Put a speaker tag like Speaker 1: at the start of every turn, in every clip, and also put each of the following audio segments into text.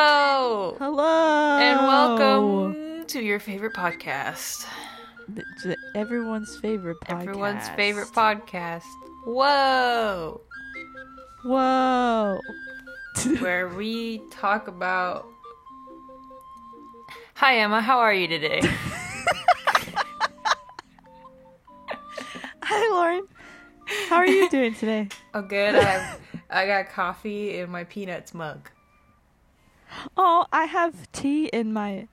Speaker 1: Hello.
Speaker 2: Hello.
Speaker 1: And welcome to your favorite podcast.
Speaker 2: Th- th- Everyone's favorite podcast.
Speaker 1: Everyone's favorite podcast. Whoa.
Speaker 2: Whoa.
Speaker 1: Where we talk about. Hi, Emma. How are you today?
Speaker 2: Hi, Lauren. How are you doing today?
Speaker 1: Oh, good. I, I got coffee in my peanuts mug.
Speaker 2: Oh, I have tea in my.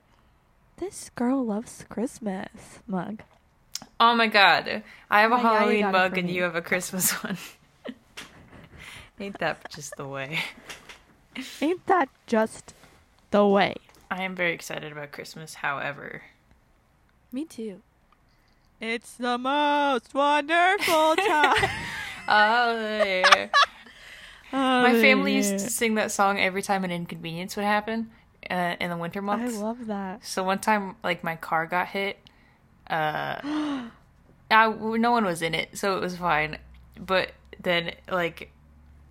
Speaker 2: This girl loves Christmas mug.
Speaker 1: Oh my god. I have a
Speaker 2: Oh my God, you
Speaker 1: Halloween
Speaker 2: got it
Speaker 1: mug
Speaker 2: for
Speaker 1: and
Speaker 2: me.
Speaker 1: you have a Christmas one. Ain't that just the way?
Speaker 2: Ain't that just the way?
Speaker 1: I am very excited about Christmas, however.
Speaker 2: Me too. It's the most wonderful time.
Speaker 1: Oh, yeah. My family used
Speaker 2: Oh,
Speaker 1: to sing that song every time an inconvenience would happen uh, in the winter
Speaker 2: I
Speaker 1: months.
Speaker 2: love that.
Speaker 1: so one time, like my car got hit. Uh, I, no one was in it, so it was fine. But then, like,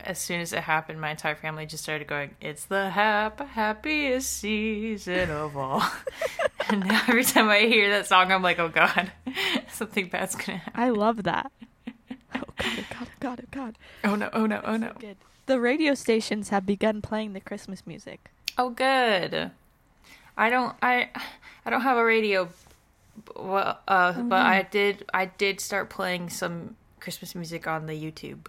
Speaker 1: as soon as it happened, my entire family just started going, "It's the hap- happiest season of all." and now every time I hear that song, I'm like, "Oh God, something bad's gonna happen."
Speaker 2: I love that. Oh god, oh god, oh god, oh god.
Speaker 1: Oh no! Oh no! Oh no!
Speaker 2: Good. The radio stations have begun playing the Christmas music.
Speaker 1: Oh, good. I don't. I. I don't have a radio. b- Well,
Speaker 2: Oh,
Speaker 1: uh, but I did. I did start playing some Christmas music on the YouTube.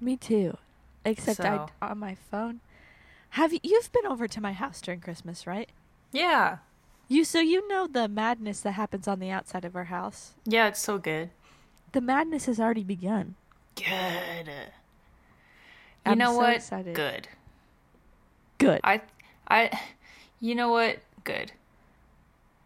Speaker 2: Me too. Except I
Speaker 1: So-
Speaker 2: on my phone. Have you you've been over to my house during Christmas, right?
Speaker 1: Yeah.
Speaker 2: You so you know the madness that happens on the outside of our house.
Speaker 1: Yeah, it's so good.
Speaker 2: The madness has already begun.
Speaker 1: Good. You
Speaker 2: I'm
Speaker 1: know
Speaker 2: so
Speaker 1: what?
Speaker 2: excited.
Speaker 1: Good.
Speaker 2: Good.
Speaker 1: I. I. You know what? Good.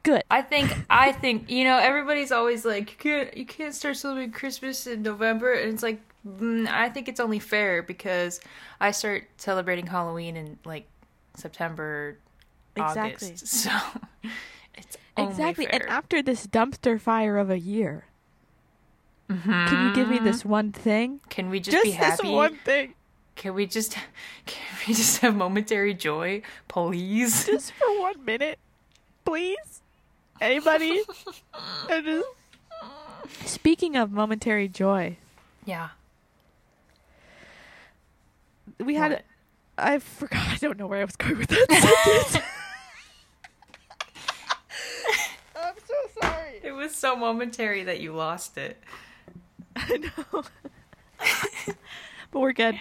Speaker 2: Good.
Speaker 1: I think I think you know everybody's always like you can't you can't start celebrating Christmas in November and it's like mm, I think it's only fair because I start celebrating Halloween in like September
Speaker 2: Exactly.
Speaker 1: August so it's only
Speaker 2: Exactly.
Speaker 1: fair.
Speaker 2: And after this dumpster fire of a year, can you give me this one thing?
Speaker 1: Mm-hmm. can we just, be
Speaker 2: this
Speaker 1: happy
Speaker 2: one thing.
Speaker 1: can we just can we just have momentary joy please
Speaker 2: Just for one minute. Please? Anybody? I just- Speaking of momentary joy,
Speaker 1: yeah
Speaker 2: we had
Speaker 1: What?
Speaker 2: I forgot. I don't know where I was going with that sentence. I'm so sorry.
Speaker 1: it was so momentary that you lost it
Speaker 2: I know. but we're good.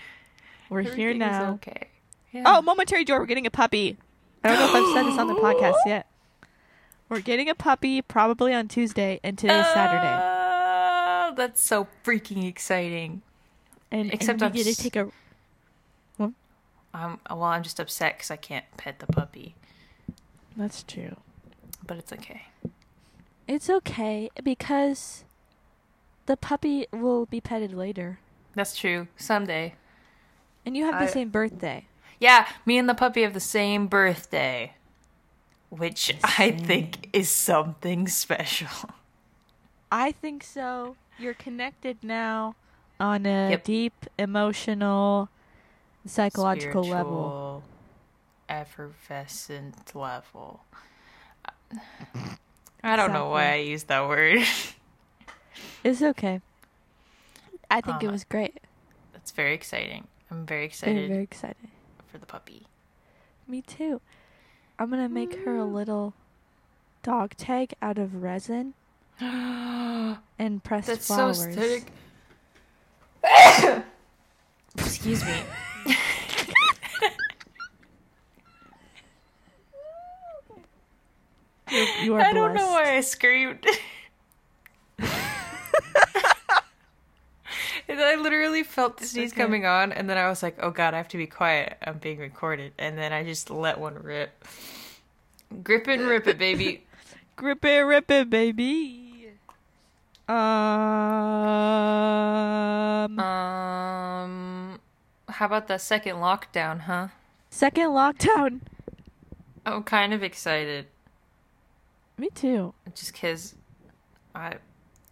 Speaker 2: We're here
Speaker 1: Everything is
Speaker 2: now.
Speaker 1: okay yeah.
Speaker 2: Oh, momentary joy. We're getting a puppy. I don't know if I've said this on the podcast yet. We're getting a puppy probably on Tuesday, and today's Saturday.
Speaker 1: Uh, Oh, that's so freaking exciting.
Speaker 2: And and
Speaker 1: except
Speaker 2: we
Speaker 1: I'm
Speaker 2: get
Speaker 1: s-
Speaker 2: to take a.
Speaker 1: Um, well, I'm just upset because I can't pet the puppy,
Speaker 2: That's true.
Speaker 1: but it's okay.
Speaker 2: It's okay because the puppy will be petted later,
Speaker 1: That's true. Someday.
Speaker 2: and you have the
Speaker 1: I-
Speaker 2: same birthday.
Speaker 1: Yeah, me and the puppy have the same birthday, which I think is something special.
Speaker 2: I think so. You're connected now on a
Speaker 1: Yep.
Speaker 2: deep emotional psychological level.
Speaker 1: Spiritual, Effervescent level. I don't know why I used that word.
Speaker 2: It's okay. I think it
Speaker 1: Uh,
Speaker 2: was great.
Speaker 1: that's very exciting. I'm very
Speaker 2: Very,
Speaker 1: excited
Speaker 2: very excited.
Speaker 1: for the puppy.
Speaker 2: Me too. I'm gonna make her
Speaker 1: Mm.
Speaker 2: a little dog tag out of resin and pressed
Speaker 1: That's
Speaker 2: flowers.
Speaker 1: so aesthetic. Excuse me.
Speaker 2: You are
Speaker 1: I don't know
Speaker 2: blessed.
Speaker 1: why I screamed. and I literally felt the sneeze
Speaker 2: okay.
Speaker 1: coming on, and then I was like, "Oh God, I have to be quiet. I'm being recorded." And then I just let one rip. Grip it and rip it, baby.
Speaker 2: Grip it, rip it, baby. Um.
Speaker 1: Uh. um, how about the second lockdown, huh?
Speaker 2: Second lockdown.
Speaker 1: I'm kind of excited,
Speaker 2: Me too.
Speaker 1: just cause I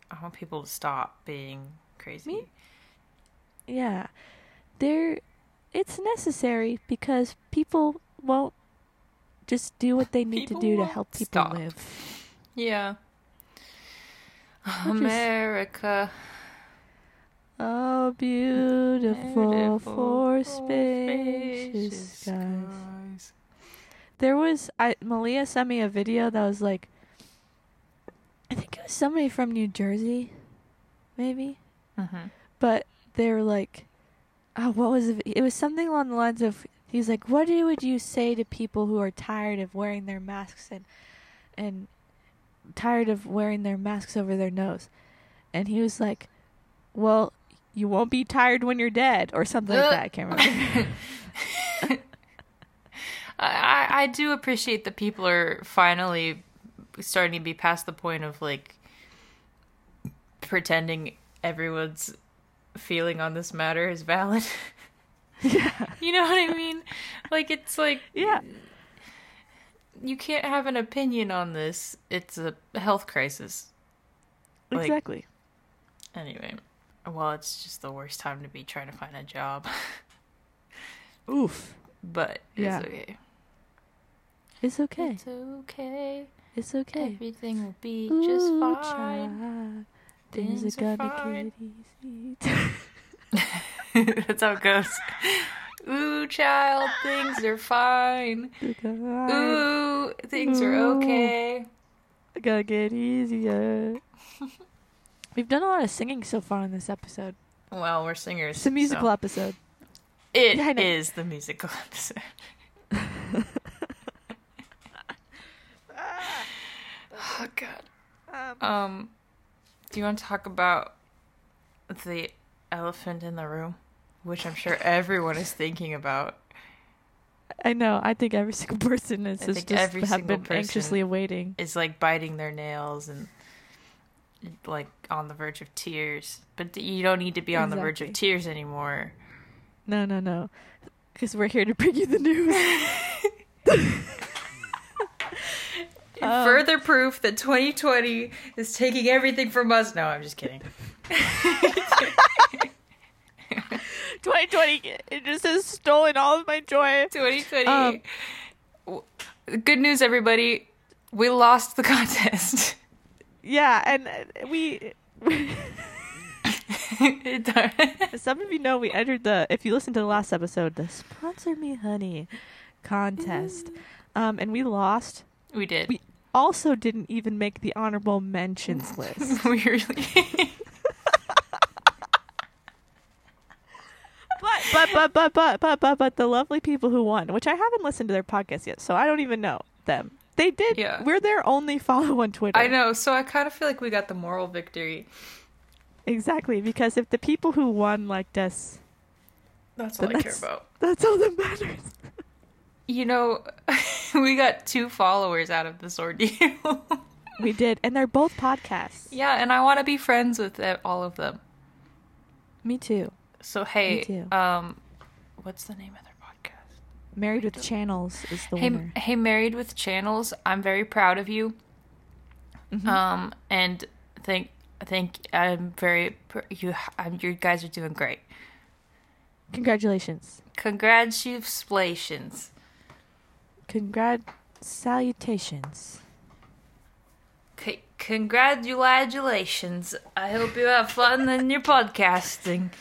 Speaker 1: I want people to stop being crazy.
Speaker 2: Me? Yeah. There it's necessary because people won't just do what they need
Speaker 1: People
Speaker 2: to do to
Speaker 1: won't
Speaker 2: help people
Speaker 1: stop.
Speaker 2: live.
Speaker 1: Yeah.
Speaker 2: is-
Speaker 1: America.
Speaker 2: Oh, beautiful, for spacious
Speaker 1: spacious
Speaker 2: skies.
Speaker 1: skies.
Speaker 2: There was I Malia sent me a video that was like I think it was somebody from New Jersey, maybe.
Speaker 1: Mhm.
Speaker 2: But they were like oh, what was it? It was something along the lines of he's like, What do would you say to people who are tired of wearing their masks and and tired of wearing their masks over their nose? And he was like, Well, you won't be tired when you're dead or something like that, I can't remember.
Speaker 1: I, I I do appreciate that people are finally starting to be past the point of like pretending everyone's feeling on this matter is valid.
Speaker 2: yeah.
Speaker 1: you know what I mean? Like it's like
Speaker 2: Yeah.
Speaker 1: you can't have an opinion on this. It's a health crisis. Like-
Speaker 2: Exactly.
Speaker 1: Anyway, well, it's just the worst time to be trying to find a job,
Speaker 2: Oof.
Speaker 1: but
Speaker 2: Yeah.
Speaker 1: it's okay.
Speaker 2: It's okay.
Speaker 1: It's okay.
Speaker 2: It's okay.
Speaker 1: Everything will be
Speaker 2: Ooh,
Speaker 1: just fine.
Speaker 2: child,
Speaker 1: Things
Speaker 2: Things,
Speaker 1: are
Speaker 2: are
Speaker 1: fine.
Speaker 2: gonna get easy.
Speaker 1: That's how it goes. Ooh, child, things are fine.
Speaker 2: They're
Speaker 1: Ooh, things are
Speaker 2: Ooh.
Speaker 1: okay.
Speaker 2: gonna get easier. We've done a lot of singing so far in this episode.
Speaker 1: Well, we're singers.
Speaker 2: It's a musical
Speaker 1: so-
Speaker 2: episode.
Speaker 1: It is
Speaker 2: Yeah, I know.
Speaker 1: the musical episode. oh god. Um, do you want to talk about the elephant in the room, which I'm sure everyone is thinking about?
Speaker 2: I know. I think every single person is
Speaker 1: I
Speaker 2: is
Speaker 1: think
Speaker 2: just
Speaker 1: every
Speaker 2: have
Speaker 1: single
Speaker 2: been
Speaker 1: person-
Speaker 2: anxiously awaiting.
Speaker 1: Is like biting their nails and like on the verge of tears. But you don't need to be on the verge of
Speaker 2: Exactly.
Speaker 1: tears anymore.
Speaker 2: No, no, no. Because we're here to bring you the news. Um,
Speaker 1: Further proof that 2020 is taking everything from us. No, I'm just kidding.
Speaker 2: 2020, it just has stolen all of my joy.
Speaker 1: 2020.
Speaker 2: Um,
Speaker 1: W- Good news, everybody. We lost the contest.
Speaker 2: Yeah, and uh, we.
Speaker 1: It does-
Speaker 2: As some of you know, we entered the, if you listened to the last episode, the Sponsor Me Honey contest.
Speaker 1: Mm.
Speaker 2: Um, and we lost.
Speaker 1: we did.
Speaker 2: We also didn't even make the honorable mentions list.
Speaker 1: we really.
Speaker 2: But, but, but, but, but, but, but, but the lovely people who won, which I haven't listened to their podcast yet, so I don't even know them. They did.
Speaker 1: Yeah.
Speaker 2: We're their only follow on Twitter.
Speaker 1: I know. So I kind of feel like we got the moral victory.
Speaker 2: Exactly, because if the people who won liked us,
Speaker 1: That's all
Speaker 2: But
Speaker 1: I care
Speaker 2: that's-
Speaker 1: about.
Speaker 2: that's all that matters.
Speaker 1: You know, we got two followers out of this ordeal.
Speaker 2: We did. And they're both podcasts.
Speaker 1: yeah, and I want to be friends with uh, all of them.
Speaker 2: Me too.
Speaker 1: So hey,
Speaker 2: too.
Speaker 1: um, what's the name of their podcast?
Speaker 2: Married with Channels is the
Speaker 1: Hey, eh,
Speaker 2: winner.
Speaker 1: hey, married with channels. I'm very proud of you.
Speaker 2: Mm-hmm.
Speaker 1: Um, and thank, thank. I'm very pr- you. Um, you guys are doing great.
Speaker 2: Congratulations.
Speaker 1: Congratulations.
Speaker 2: Congrat salutations.
Speaker 1: C- congratulations. I hope you have fun in your podcasting.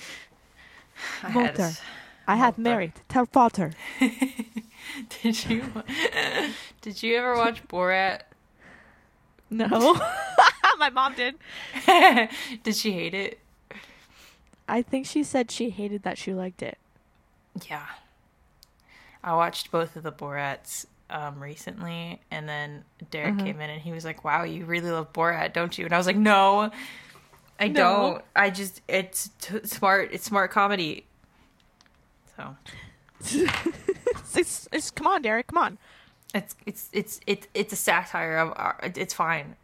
Speaker 1: I had a
Speaker 2: Walter.
Speaker 1: s-
Speaker 2: I have married Ter Potter.
Speaker 1: did you did you ever watch Borat?
Speaker 2: No. My mom did.
Speaker 1: did she hate it?
Speaker 2: I think she said she hated that she liked it.
Speaker 1: Yeah. I watched both of the Borats um, recently, and then Derek
Speaker 2: Mm-hmm.
Speaker 1: came in and he was like, Wow, you really love Borat, don't you? And I was like, No, I
Speaker 2: No.
Speaker 1: don't. I just, it's t- smart, it's smart comedy. So.
Speaker 2: It's, it's, it's- come on, Derek, come on.
Speaker 1: It's it's it's it's it's a satire of our, it's fine.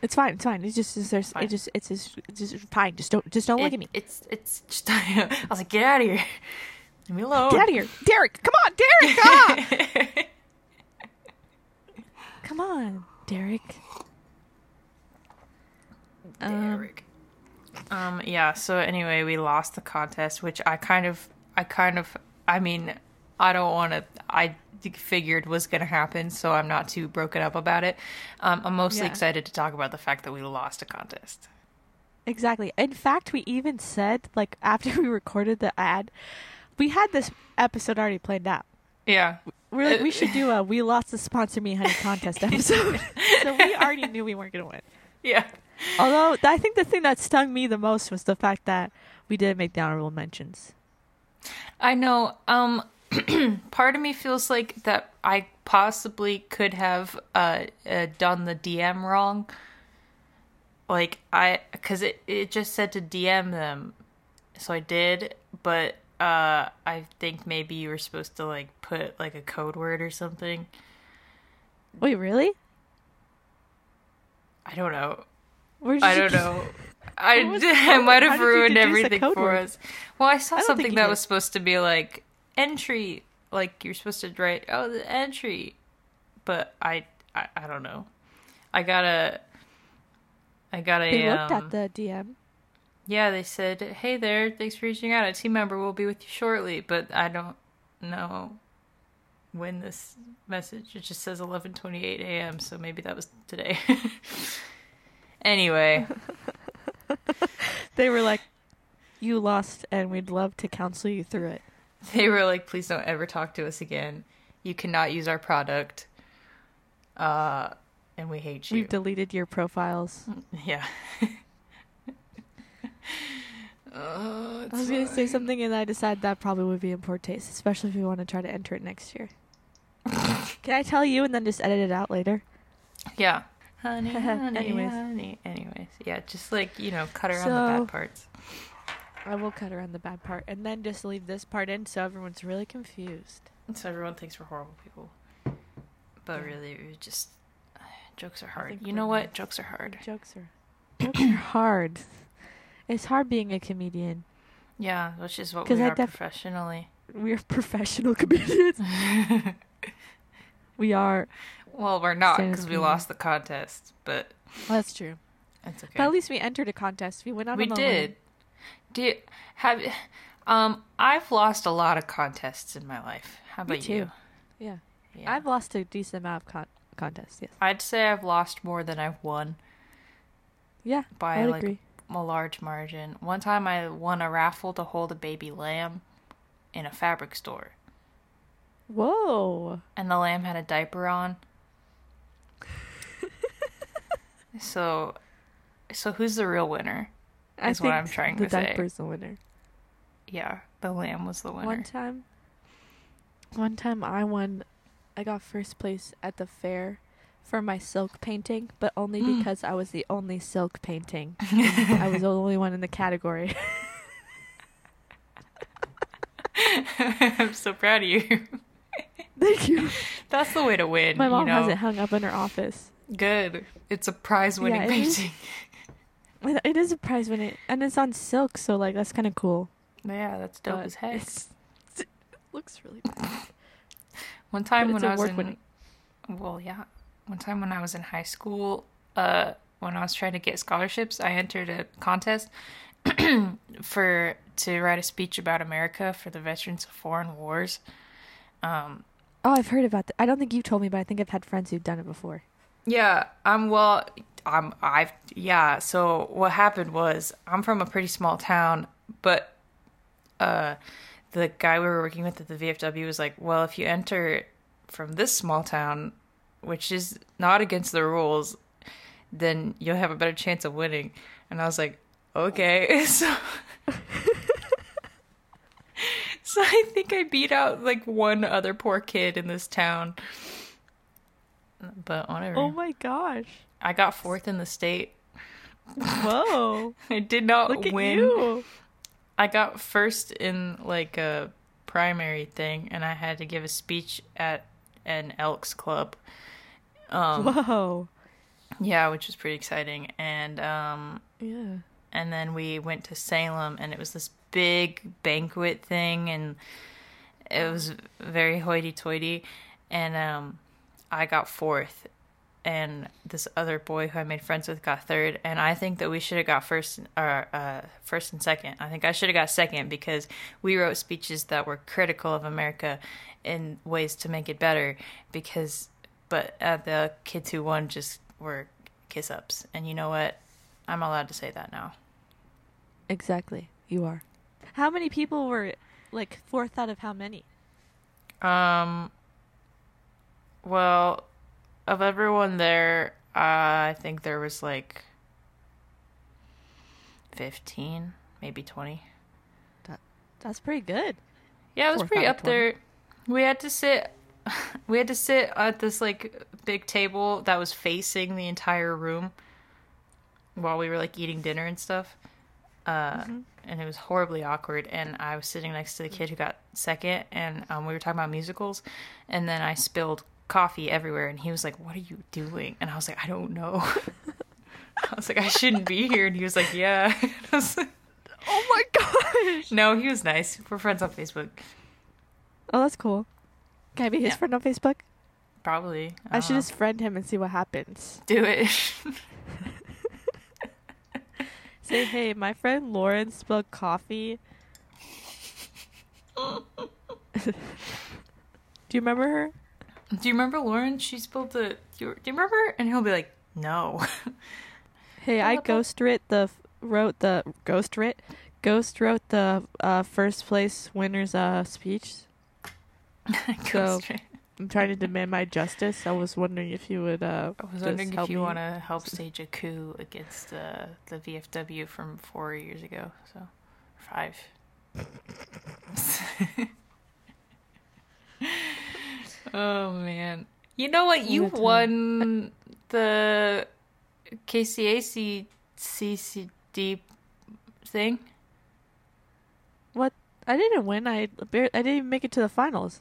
Speaker 2: It's fine, it's fine. It's just it's, there's
Speaker 1: Fine.
Speaker 2: it just it's just, it's just fine. Just don't just don't look
Speaker 1: It-
Speaker 2: at me.
Speaker 1: It's it's just I was like, get out of here, leave me alone.
Speaker 2: Get out of here. Derek, come on, Derek. Ah!
Speaker 1: here.
Speaker 2: come on, Derek. Um,
Speaker 1: Derek. Um, yeah, so anyway, we lost the contest, which I kind of I kind of I mean, I don't want to. I figured was going to happen, so I'm not too broken up about it. Um, I'm mostly
Speaker 2: Yeah.
Speaker 1: excited to talk about the fact that we lost a contest.
Speaker 2: Exactly. In fact, we even said like after we recorded the ad, we had this episode already planned out.
Speaker 1: Yeah,
Speaker 2: We're
Speaker 1: Uh,
Speaker 2: like, we should do a "We Lost the Sponsor Me Honey" contest episode. so we already knew we weren't gonna win.
Speaker 1: yeah,
Speaker 2: Although I think the thing that stung me the most was the fact that we didn't make the honorable mentions.
Speaker 1: I know. Um, part of me feels like that I possibly could have uh, uh done the DM wrong. Like I, because it it just said to DM them, so I did, but. Uh, I think maybe you were supposed to like put like a code word or something.
Speaker 2: Wait, really?
Speaker 1: I don't know.
Speaker 2: Where did
Speaker 1: I
Speaker 2: you
Speaker 1: don't
Speaker 2: get-
Speaker 1: know. I,
Speaker 2: What was
Speaker 1: d-
Speaker 2: the
Speaker 1: I
Speaker 2: code
Speaker 1: might
Speaker 2: word? How
Speaker 1: have
Speaker 2: did you
Speaker 1: ruined
Speaker 2: deduce the
Speaker 1: everything
Speaker 2: code
Speaker 1: for
Speaker 2: word?
Speaker 1: us. Well, I saw
Speaker 2: I don't think
Speaker 1: something
Speaker 2: you
Speaker 1: that
Speaker 2: did.
Speaker 1: was supposed to be like entry, like you're supposed to write, oh, the entry, but I, I, I don't know. I got a, I got a.
Speaker 2: They looked
Speaker 1: um,
Speaker 2: at the DM.
Speaker 1: yeah, they said, "Hey there, thanks for reaching out. A team member will be with you shortly." But I don't know when this message. It just says 11:28 a.m., so maybe that was today. anyway,
Speaker 2: They were like, "You lost, and we'd love to counsel you through it."
Speaker 1: they were like, "Please don't ever talk to us again. You cannot use our product." Uh, and we hate you.
Speaker 2: We've deleted your profiles.
Speaker 1: yeah. Oh,
Speaker 2: I was gonna say something, and I decided that probably would be in poor taste, especially if we want to try to enter it next year. Can I tell you and then just edit it out later?
Speaker 1: Yeah. Honey, honey,
Speaker 2: Anyways.
Speaker 1: honey. Anyways, yeah, just like, you know, cut around the
Speaker 2: So-
Speaker 1: bad parts.
Speaker 2: I will cut around the bad part and then just leave this part in so everyone's really confused.
Speaker 1: So everyone thinks we're horrible people. But really, we just. Jokes are hard.
Speaker 2: think
Speaker 1: You know
Speaker 2: we're
Speaker 1: what? Jokes are hard.
Speaker 2: Jokes are jokes are hard. It's hard being a comedian.
Speaker 1: Yeah, which is what
Speaker 2: 'Cause
Speaker 1: we
Speaker 2: I
Speaker 1: are
Speaker 2: def-
Speaker 1: professionally.
Speaker 2: We're professional comedians. we are.
Speaker 1: Well, we're not
Speaker 2: Stand-up
Speaker 1: because we
Speaker 2: comedian.
Speaker 1: lost the contest, but
Speaker 2: that's true.
Speaker 1: that's okay.
Speaker 2: But at least we entered a contest. We went out.
Speaker 1: we
Speaker 2: on a
Speaker 1: did. Do you, have um? I've lost a lot of contests in my life. How about
Speaker 2: Me too.
Speaker 1: you?
Speaker 2: Yeah.
Speaker 1: Yeah.
Speaker 2: I've lost a decent amount of con- contests. Yes.
Speaker 1: I'd say I've lost more than I've won.
Speaker 2: Yeah.
Speaker 1: By,
Speaker 2: I would
Speaker 1: like,
Speaker 2: agree.
Speaker 1: a large margin. One time I won a raffle to hold a baby lamb in a fabric store,
Speaker 2: Whoa.
Speaker 1: and the lamb had a diaper on. so, so who's the real winner?
Speaker 2: I
Speaker 1: is what
Speaker 2: think
Speaker 1: I'm trying
Speaker 2: the
Speaker 1: to say.
Speaker 2: diaper's the winner.
Speaker 1: Yeah, the lamb was the winner.
Speaker 2: One time, one time I won. I got first place at the fair for my silk painting, but only because I was the only silk painting. I was the only one in the category.
Speaker 1: I'm so proud of you.
Speaker 2: Thank you.
Speaker 1: That's the way to win.
Speaker 2: My mom
Speaker 1: you know?
Speaker 2: has it hung up in her office.
Speaker 1: Good. It's a prize-winning
Speaker 2: Yeah, it is.
Speaker 1: painting.
Speaker 2: And It is a prize when it and it's on silk, so like that's kind of cool.
Speaker 1: Yeah, that's dope
Speaker 2: but
Speaker 1: as heck.
Speaker 2: it's- it looks really. Cool.
Speaker 1: One time
Speaker 2: But
Speaker 1: when
Speaker 2: it's
Speaker 1: I was in,
Speaker 2: award-winning.
Speaker 1: well, yeah. One time when I was in high school, uh, when I was trying to get scholarships, I entered a contest for to write a speech about America for the veterans of foreign wars. Um,
Speaker 2: Oh, I've heard about that. I don't think you told me, but I think I've had friends who've done it before.
Speaker 1: yeah, I'm well. I'm I've yeah. So what happened was I'm from a pretty small town, but uh, the guy we were working with at the VFW was like, "Well, if you enter from this small town, which is not against the rules, then you'll have a better chance of winning." And I was like, "Okay." So, so I think I beat out like one other poor kid in this town, but whatever.
Speaker 2: Oh my gosh!
Speaker 1: I got fourth in the state.
Speaker 2: Whoa!
Speaker 1: I did not
Speaker 2: Look at
Speaker 1: win.
Speaker 2: you.
Speaker 1: I got first in like a primary thing, and I had to give a speech at an Elks Club. Um,
Speaker 2: Whoa!
Speaker 1: yeah, which was pretty exciting. And um,
Speaker 2: Yeah.
Speaker 1: and then we went to Salem, and it was this big banquet thing, and it was very hoity-toity. And um, I got fourth, and this other boy who I made friends with got third, and I think that we should have got first or uh, first and second. I think I should have got second because we wrote speeches that were critical of America in ways to make it better. Because, but uh, the kids who won just were kiss ups, and you know what? I'm allowed to say that now.
Speaker 2: Exactly. You are. How many people were like fourth out of how many?
Speaker 1: Um. Well, of everyone there, uh, I think there was like fifteen, maybe twenty.
Speaker 2: That that's pretty good.
Speaker 1: Yeah, it was
Speaker 2: Fourth
Speaker 1: pretty
Speaker 2: out of
Speaker 1: up there. We had to sit. We had to sit at this like big table that was facing the entire room while we were like eating dinner and stuff. Uh,
Speaker 2: Mm-hmm.
Speaker 1: And it was horribly awkward. And I was sitting next to the kid who got second, and um, we were talking about musicals. And then I spilled coffee everywhere, and he was like, "What are you doing?" And I was like, "I don't know." I was like, "I shouldn't be here," and he was like, "Yeah." And I was like,
Speaker 2: Oh my gosh.
Speaker 1: no, he was nice. We're friends on Facebook,
Speaker 2: Oh, that's cool. Can I be his
Speaker 1: Yeah.
Speaker 2: friend on Facebook?
Speaker 1: probably. Um,
Speaker 2: I, should
Speaker 1: don't know.
Speaker 2: just friend him and see what happens.
Speaker 1: do it.
Speaker 2: Say, hey, my friend Lauren spilled coffee. Do you remember her?
Speaker 1: do you remember Lauren? She spilled the. Do you, do you remember? And he'll be like, "No."
Speaker 2: Hey, I
Speaker 1: Philippa?
Speaker 2: ghost writ the wrote the ghost writ ghost wrote the uh, first place winner's uh, speech. So-
Speaker 1: Ghost Train.
Speaker 2: I'm trying to demand my justice. I was wondering if you would. Uh,
Speaker 1: I was
Speaker 2: just
Speaker 1: wondering if
Speaker 2: help
Speaker 1: you
Speaker 2: me.
Speaker 1: want to help stage a coup against uh, the VFW from four years ago. So, five. oh man! You know what? You
Speaker 2: What a time.
Speaker 1: won the KCAC CCD thing.
Speaker 2: I didn't win. I bar- I didn't even make it to the finals.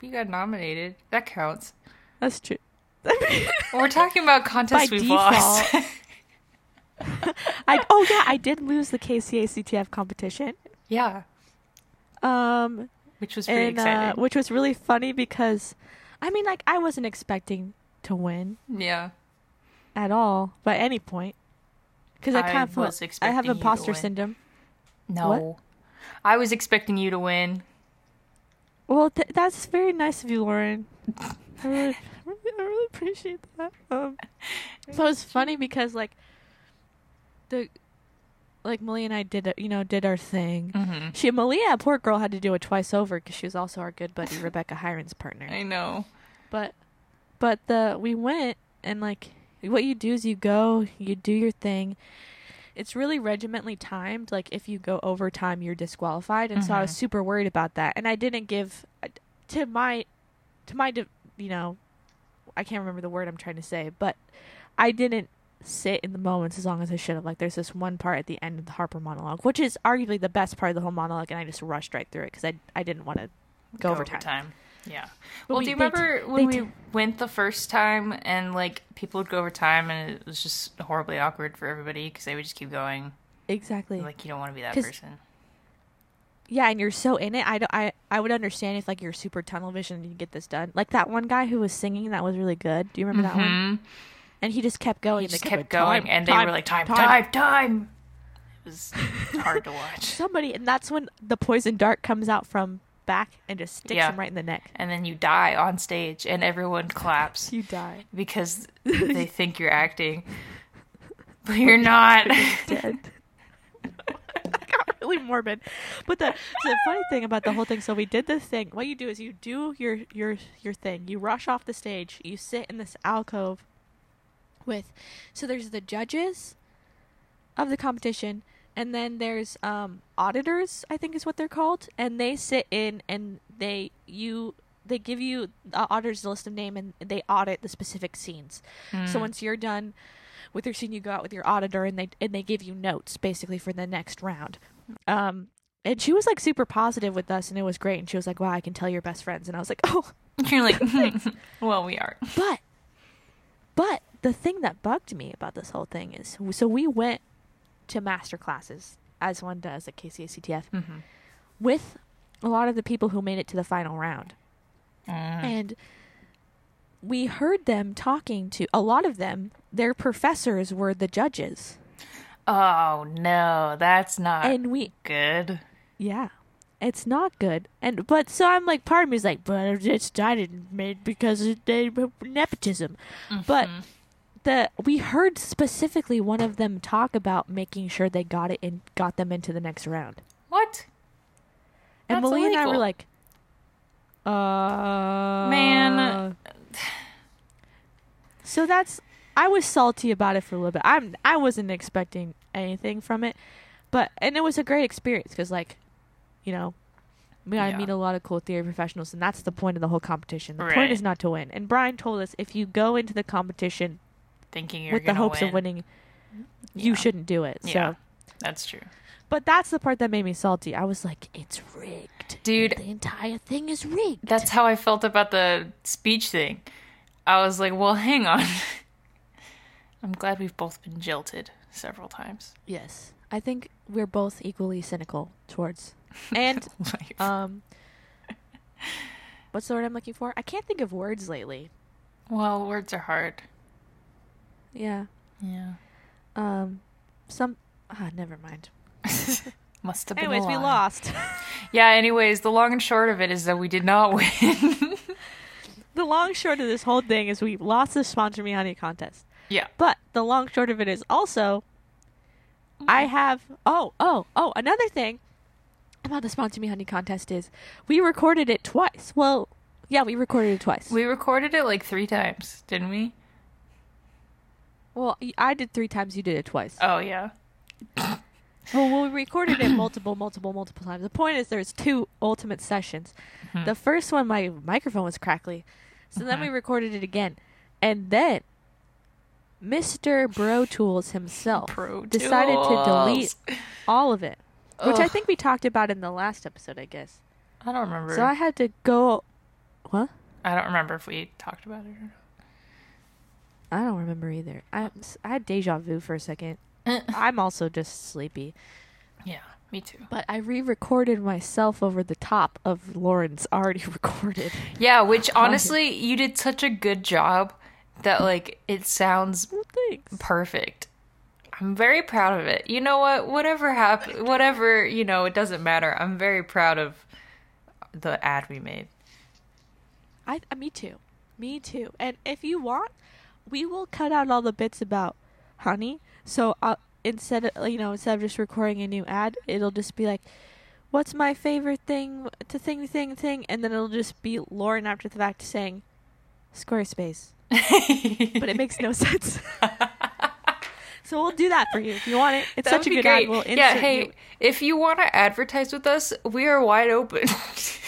Speaker 1: You got nominated. That counts.
Speaker 2: That's true.
Speaker 1: We're talking about contests
Speaker 2: By
Speaker 1: we've lost.
Speaker 2: I oh yeah, I did lose the KCA CTF competition.
Speaker 1: yeah,
Speaker 2: Um,
Speaker 1: which was pretty
Speaker 2: and uh,
Speaker 1: exciting.
Speaker 2: which was really funny because, I mean, like I wasn't expecting to win
Speaker 1: yeah.
Speaker 2: at all by any point because I
Speaker 1: I
Speaker 2: kind of felt-
Speaker 1: was
Speaker 2: I have
Speaker 1: expecting you to
Speaker 2: imposter
Speaker 1: win.
Speaker 2: syndrome.
Speaker 1: No. I was expecting you to win.
Speaker 2: Well, th- that's very nice of you, Lauren. I really, I really, I really appreciate that. Um, so it's funny because like the like Malia and I did a- you know did our thing.
Speaker 1: Mm-hmm.
Speaker 2: She Malia, poor girl, had to do it twice over because she was also our good buddy Rebecca Hiron's partner.
Speaker 1: I know.
Speaker 2: But but the we went and like what you do is you go you do your thing. It's really regimentally timed. Like if you go over time, you're disqualified. And so I was
Speaker 1: Mhm.
Speaker 2: super worried about that, and I didn't give uh, to my to my de- you know I can't remember the word I'm trying to say, but I didn't sit in the moments as long as I should have. Like there's this one part at the end of the Harper monologue, which is arguably the best part of the whole monologue, and I just rushed right through it because I I didn't want to go, over time.
Speaker 1: Yeah.
Speaker 2: But
Speaker 1: well,
Speaker 2: we-
Speaker 1: do you
Speaker 2: they
Speaker 1: remember
Speaker 2: did-
Speaker 1: when
Speaker 2: they
Speaker 1: we went the first time and like people would go over time and it was just horribly awkward for everybody because they would just keep going.
Speaker 2: Exactly.
Speaker 1: Like you don't want to be that
Speaker 2: 'Cause-
Speaker 1: person.
Speaker 2: Yeah, and you're so in it. I, don't- I, I would understand if like you're super tunnel vision and you get this done. Like that one guy who was singing that was really good. Do you remember that one?
Speaker 1: Mhm.
Speaker 2: And he just kept going.
Speaker 1: He
Speaker 2: and
Speaker 1: just
Speaker 2: they
Speaker 1: kept
Speaker 2: going,
Speaker 1: going,
Speaker 2: "Time,
Speaker 1: and they
Speaker 2: time,
Speaker 1: were like, "Time, time,
Speaker 2: time."
Speaker 1: time!" It was hard to watch.
Speaker 2: Somebody, and that's when the poison dart comes out from back and just sticks
Speaker 1: Yeah.
Speaker 2: him right in the neck.
Speaker 1: And then you die on stage, and everyone claps
Speaker 2: You die.
Speaker 1: because they think you're acting, but you're not.
Speaker 2: dead. Got really morbid. But the, so the funny thing about the whole thing, so we did this thing. What you do is you do your your your thing. You rush off the stage. You sit in this alcove with so there's the judges of the competition and then there's um auditors, I think is what they're called, and they sit in and they you they give you the auditors a list of name and they audit the specific scenes. So once you're done with your scene, you go out with your auditor and they and they give you notes basically for the next round. Um, and she was like super positive with us, and it was great. And she was like, "Wow, I can tell you're best friends." And I was like, "Oh,
Speaker 1: You're like, well, we are.
Speaker 2: but but the thing that bugged me about this whole thing is so we went to master classes as one does at KCACTF
Speaker 1: Mm-hmm.
Speaker 2: with a lot of the people who made it to the final round, and we heard them talking to a lot of them. Their professors were the judges,
Speaker 1: Oh no, that's not
Speaker 2: and we
Speaker 1: good.
Speaker 2: yeah, it's not good. And but so I'm like, part of me's like, but it's did made because of they- nepotism. But
Speaker 1: Mm-hmm.
Speaker 2: the we heard specifically one of them talk about making sure they got it and got them into the next round.
Speaker 1: What?
Speaker 2: And
Speaker 1: That's
Speaker 2: Malia and I were
Speaker 1: illegal.
Speaker 2: like, uh,
Speaker 1: Man.
Speaker 2: So that's I was salty about it for a little bit. I'm I wasn't expecting anything from it, but and it was a great experience because like, you know, we gotta
Speaker 1: Yeah.
Speaker 2: meet a lot of cool theory professionals, and that's the point of the whole competition. The
Speaker 1: Right.
Speaker 2: point is not to win. And Brian told us if you go into the competition
Speaker 1: Thinking you're
Speaker 2: with the
Speaker 1: gonna
Speaker 2: hopes
Speaker 1: win.
Speaker 2: of winning, you
Speaker 1: Yeah.
Speaker 2: shouldn't do it.
Speaker 1: Yeah,
Speaker 2: So,
Speaker 1: that's true.
Speaker 2: but that's the part that made me salty. I was like, it's rigged,
Speaker 1: Dude.
Speaker 2: The entire thing is rigged.
Speaker 1: That's how I felt about the speech thing. I was like, well, hang on. I'm glad we've both been jilted several times.
Speaker 2: Yes. I think we're both equally cynical towards and
Speaker 1: Like,
Speaker 2: um what's the word I'm looking for? I can't think of words lately.
Speaker 1: well, words are hard.
Speaker 2: Yeah.
Speaker 1: Yeah.
Speaker 2: Um some ah never mind.
Speaker 1: Must have been.
Speaker 2: Anyways,
Speaker 1: a
Speaker 2: we
Speaker 1: lie.
Speaker 2: lost.
Speaker 1: Yeah. Anyways, the long and short of it is that we did not win.
Speaker 2: the long short of this whole thing is we lost the sponsor me honey contest.
Speaker 1: yeah.
Speaker 2: But the long short of it is also I have oh oh oh another thing about the sponsor me honey contest is we recorded it twice. Well, yeah, we recorded it twice.
Speaker 1: We recorded it like three times, didn't we?
Speaker 2: well, y- I did three times. You did it twice.
Speaker 1: Oh yeah.
Speaker 2: Well, well, we recorded it multiple, multiple, multiple times. The point is, there's two ultimate sessions.
Speaker 1: Mm-hmm.
Speaker 2: The first one, my microphone was crackly, so then we
Speaker 1: Uh-huh.
Speaker 2: recorded it again, and then Mr. Bro Tools himself
Speaker 1: Pro
Speaker 2: Oh, decided to delete
Speaker 1: Tools.
Speaker 2: all of it, which I
Speaker 1: Ugh.
Speaker 2: think we talked about in the last episode, I guess.
Speaker 1: I don't remember.
Speaker 2: So I
Speaker 1: I...
Speaker 2: had to go. What?
Speaker 1: don't remember if we talked about it. or not.
Speaker 2: I don't remember either. I I had deja vu for a second. I'm also just sleepy.
Speaker 1: Yeah, me too.
Speaker 2: But I re-recorded myself over the top of Lauren's already recorded.
Speaker 1: Yeah, which honestly, you did such a good job that like it sounds
Speaker 2: Thanks.
Speaker 1: perfect. I'm very proud of it. You know what? Whatever happened, whatever you know, it doesn't matter. I'm very proud of the ad we made.
Speaker 2: I uh, me too. Me too. And if you want, we will cut out all the bits about honey. So uh, instead of you know instead of just recording a new ad, it'll just be like, "What's my favorite thing to thing thing thing," and then it'll just be Lauren after the fact saying, "Squarespace," but it makes no sense. so we'll do that for you if you want it. It's
Speaker 1: That
Speaker 2: such
Speaker 1: would be
Speaker 2: a good ad. We'll insert
Speaker 1: yeah, hey,
Speaker 2: you.
Speaker 1: if you want to advertise with us, we are wide open.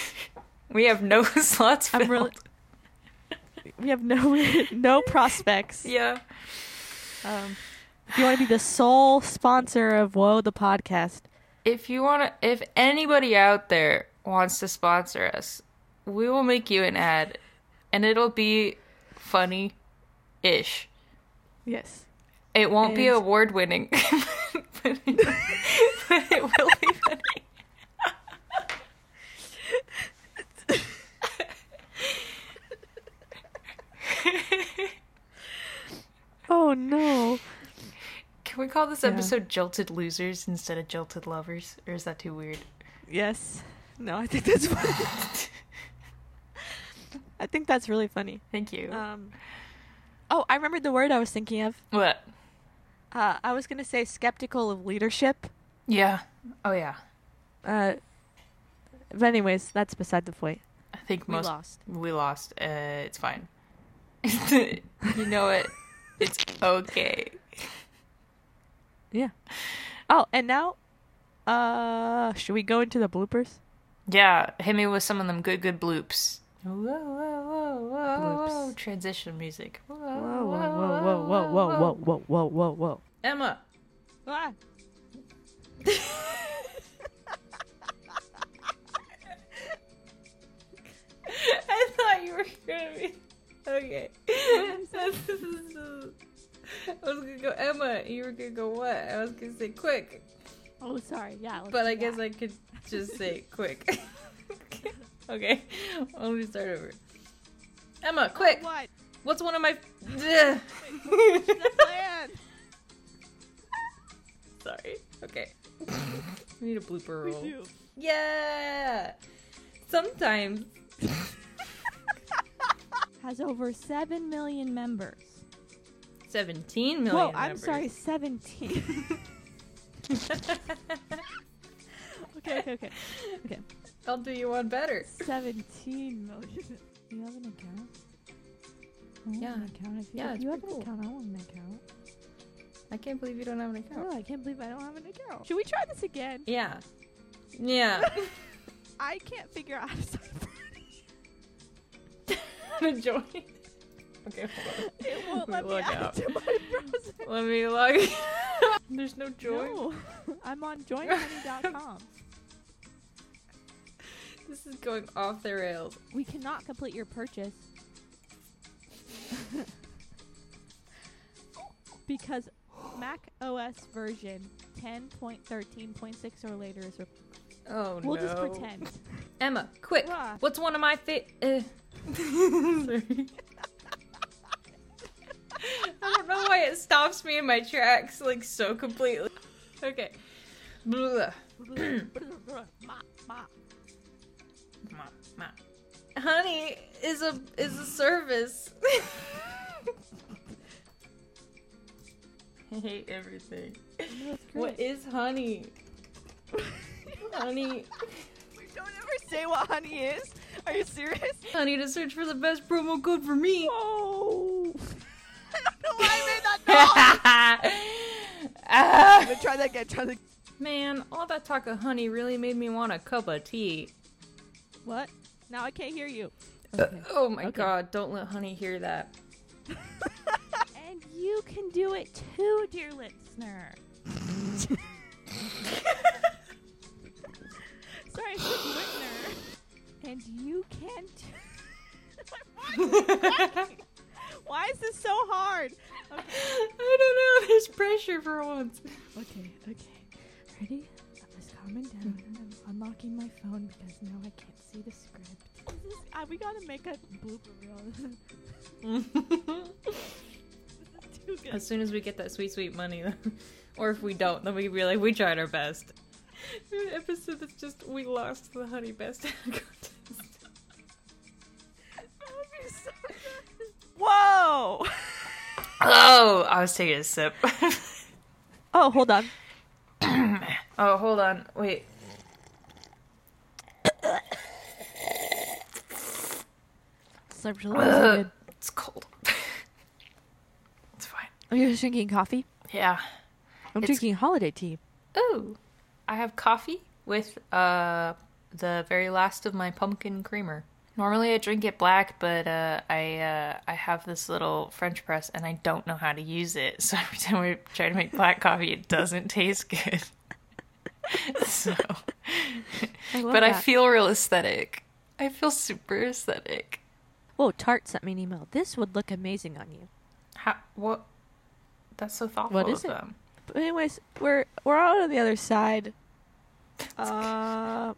Speaker 1: we have no slots filled.
Speaker 2: I'm really. We have no no prospects.
Speaker 1: yeah.
Speaker 2: Um, if you want to be the sole sponsor of Whoa the podcast,
Speaker 1: If you want to, if anybody out there wants to sponsor us, we will make you an ad, and it'll be funny, ish.
Speaker 2: yes,
Speaker 1: It won't be
Speaker 2: And-
Speaker 1: award winning, but, it- but it will be funny.
Speaker 2: Oh no!
Speaker 1: Can we call this episode "Jilted Losers" instead of "Jilted Lovers"? Or is that too weird?
Speaker 2: Yes, no. I think that's. I think that's really funny.
Speaker 1: Thank you.
Speaker 2: Um, oh, I remembered the word I was thinking of.
Speaker 1: what?
Speaker 2: Uh, I was gonna say skeptical of leadership.
Speaker 1: Yeah. Oh yeah.
Speaker 2: Uh, but anyways, that's beside the point.
Speaker 1: I think
Speaker 2: We
Speaker 1: most
Speaker 2: lost.
Speaker 1: we lost. Uh, it's fine. you know it. It's okay.
Speaker 2: Yeah. Oh, and now, uh, should we go into the bloopers?
Speaker 1: Yeah, hit me with some of them good, good bloops. Whoa, whoa, whoa, whoa, whoa.
Speaker 2: Bloops.
Speaker 1: Transition music. Whoa,
Speaker 2: Whoa, whoa, whoa, whoa, whoa, whoa, whoa, whoa, whoa, whoa.
Speaker 1: Emma.
Speaker 2: Ah.
Speaker 1: I thought you were gonna be okay. I was gonna go Emma. You were gonna go what? I was gonna say quick,
Speaker 2: Oh, sorry. Yeah. let's
Speaker 1: but I
Speaker 2: do
Speaker 1: guess
Speaker 2: that.
Speaker 1: I could just say quick. okay, let me start over. Emma, quick.
Speaker 2: What?
Speaker 1: What's one of my? Ugh. Sorry. Okay. we need a blooper roll. Yeah. Sometimes.
Speaker 3: Has over 7 million members.
Speaker 1: 17 million.
Speaker 2: Whoa, I'm
Speaker 1: members.
Speaker 2: sorry, 17. okay, okay, okay.
Speaker 1: I'll do you one better.
Speaker 2: 17 million. Do you have an account? I want
Speaker 1: Yeah.
Speaker 2: An account. If you,
Speaker 1: Yeah,
Speaker 2: if
Speaker 1: it's
Speaker 2: you have an
Speaker 1: pretty cool.
Speaker 2: account, I want an account.
Speaker 1: I can't believe you don't have an account.
Speaker 2: Oh, I can't believe I don't have an account. Should we try this again?
Speaker 1: Yeah. Yeah.
Speaker 2: I can't figure out how to sign up.
Speaker 1: Enjoy. Okay, hold on.
Speaker 2: It
Speaker 1: We
Speaker 2: won't let me
Speaker 1: log
Speaker 2: add
Speaker 1: out.
Speaker 2: it to my browser.
Speaker 1: Let me log. There's no joy.
Speaker 2: No. I'm on joinmoney.com.
Speaker 1: This is going off the rails.
Speaker 3: We cannot complete your purchase
Speaker 2: because Mac OS version 10.13.6 or later is. Rep-
Speaker 1: Oh no.
Speaker 2: we'll just pretend.
Speaker 1: Emma, quick.
Speaker 2: Why?
Speaker 1: What's one of my fa- uh. Sorry. I don't know why it stops me in my tracks like so completely. Okay. Blah.
Speaker 2: Ma- ma.
Speaker 1: Ma, ma. Honey is a is a service. I hate everything.
Speaker 2: No, it's
Speaker 1: What
Speaker 2: great.
Speaker 1: is honey? honey,
Speaker 2: We don't ever say what honey is. Are you serious?
Speaker 1: I need to search for the best promo code for me.
Speaker 2: Oh. I don't know why I made that noise.
Speaker 1: Ah.
Speaker 2: But try that again. Try that.
Speaker 1: Man, all that talk of honey really made me want a cup of tea.
Speaker 2: What? Now I can't hear you.
Speaker 1: Oh my god, don't let honey hear that.
Speaker 3: and you can do it too, dear listener.
Speaker 2: Sorry, it's just Whitner.
Speaker 3: And you can too.
Speaker 2: Why is this so hard?
Speaker 1: I don't know, there's pressure for once.
Speaker 3: Okay, okay. Ready? I'm just calming down. I'm unlocking my phone because now I can't see the script.
Speaker 2: This is, uh, we gotta make a blooper reel. This is too good.
Speaker 1: as soon as we get that sweet, sweet money, or if we don't, then we be like, we tried our best. An episode that's just, we lost the honey best contest.
Speaker 2: Whoa!
Speaker 1: Oh, I was taking a sip.
Speaker 2: Oh, hold on.
Speaker 1: oh, hold on. Wait.
Speaker 2: Slurped
Speaker 1: Ugh, it's cold. it's fine.
Speaker 2: Are you Oh, drinking coffee?
Speaker 1: Yeah.
Speaker 2: I'm
Speaker 1: It's-
Speaker 2: drinking holiday tea.
Speaker 1: Ooh. I have coffee with uh the very last of my pumpkin creamer. Normally I drink it black, but uh, I uh, I have this little French press and I don't know how to use it. So every time we try to make black coffee, it doesn't taste good. so,
Speaker 2: I love
Speaker 1: but I
Speaker 2: that.
Speaker 1: feel real aesthetic. I feel super aesthetic.
Speaker 2: Whoa, Tarte sent me an email. This would look amazing on you.
Speaker 1: How, what? That's so thoughtful
Speaker 2: What is
Speaker 1: of
Speaker 2: it?
Speaker 1: them.
Speaker 2: But anyways, we're we're out on the other side. Uh,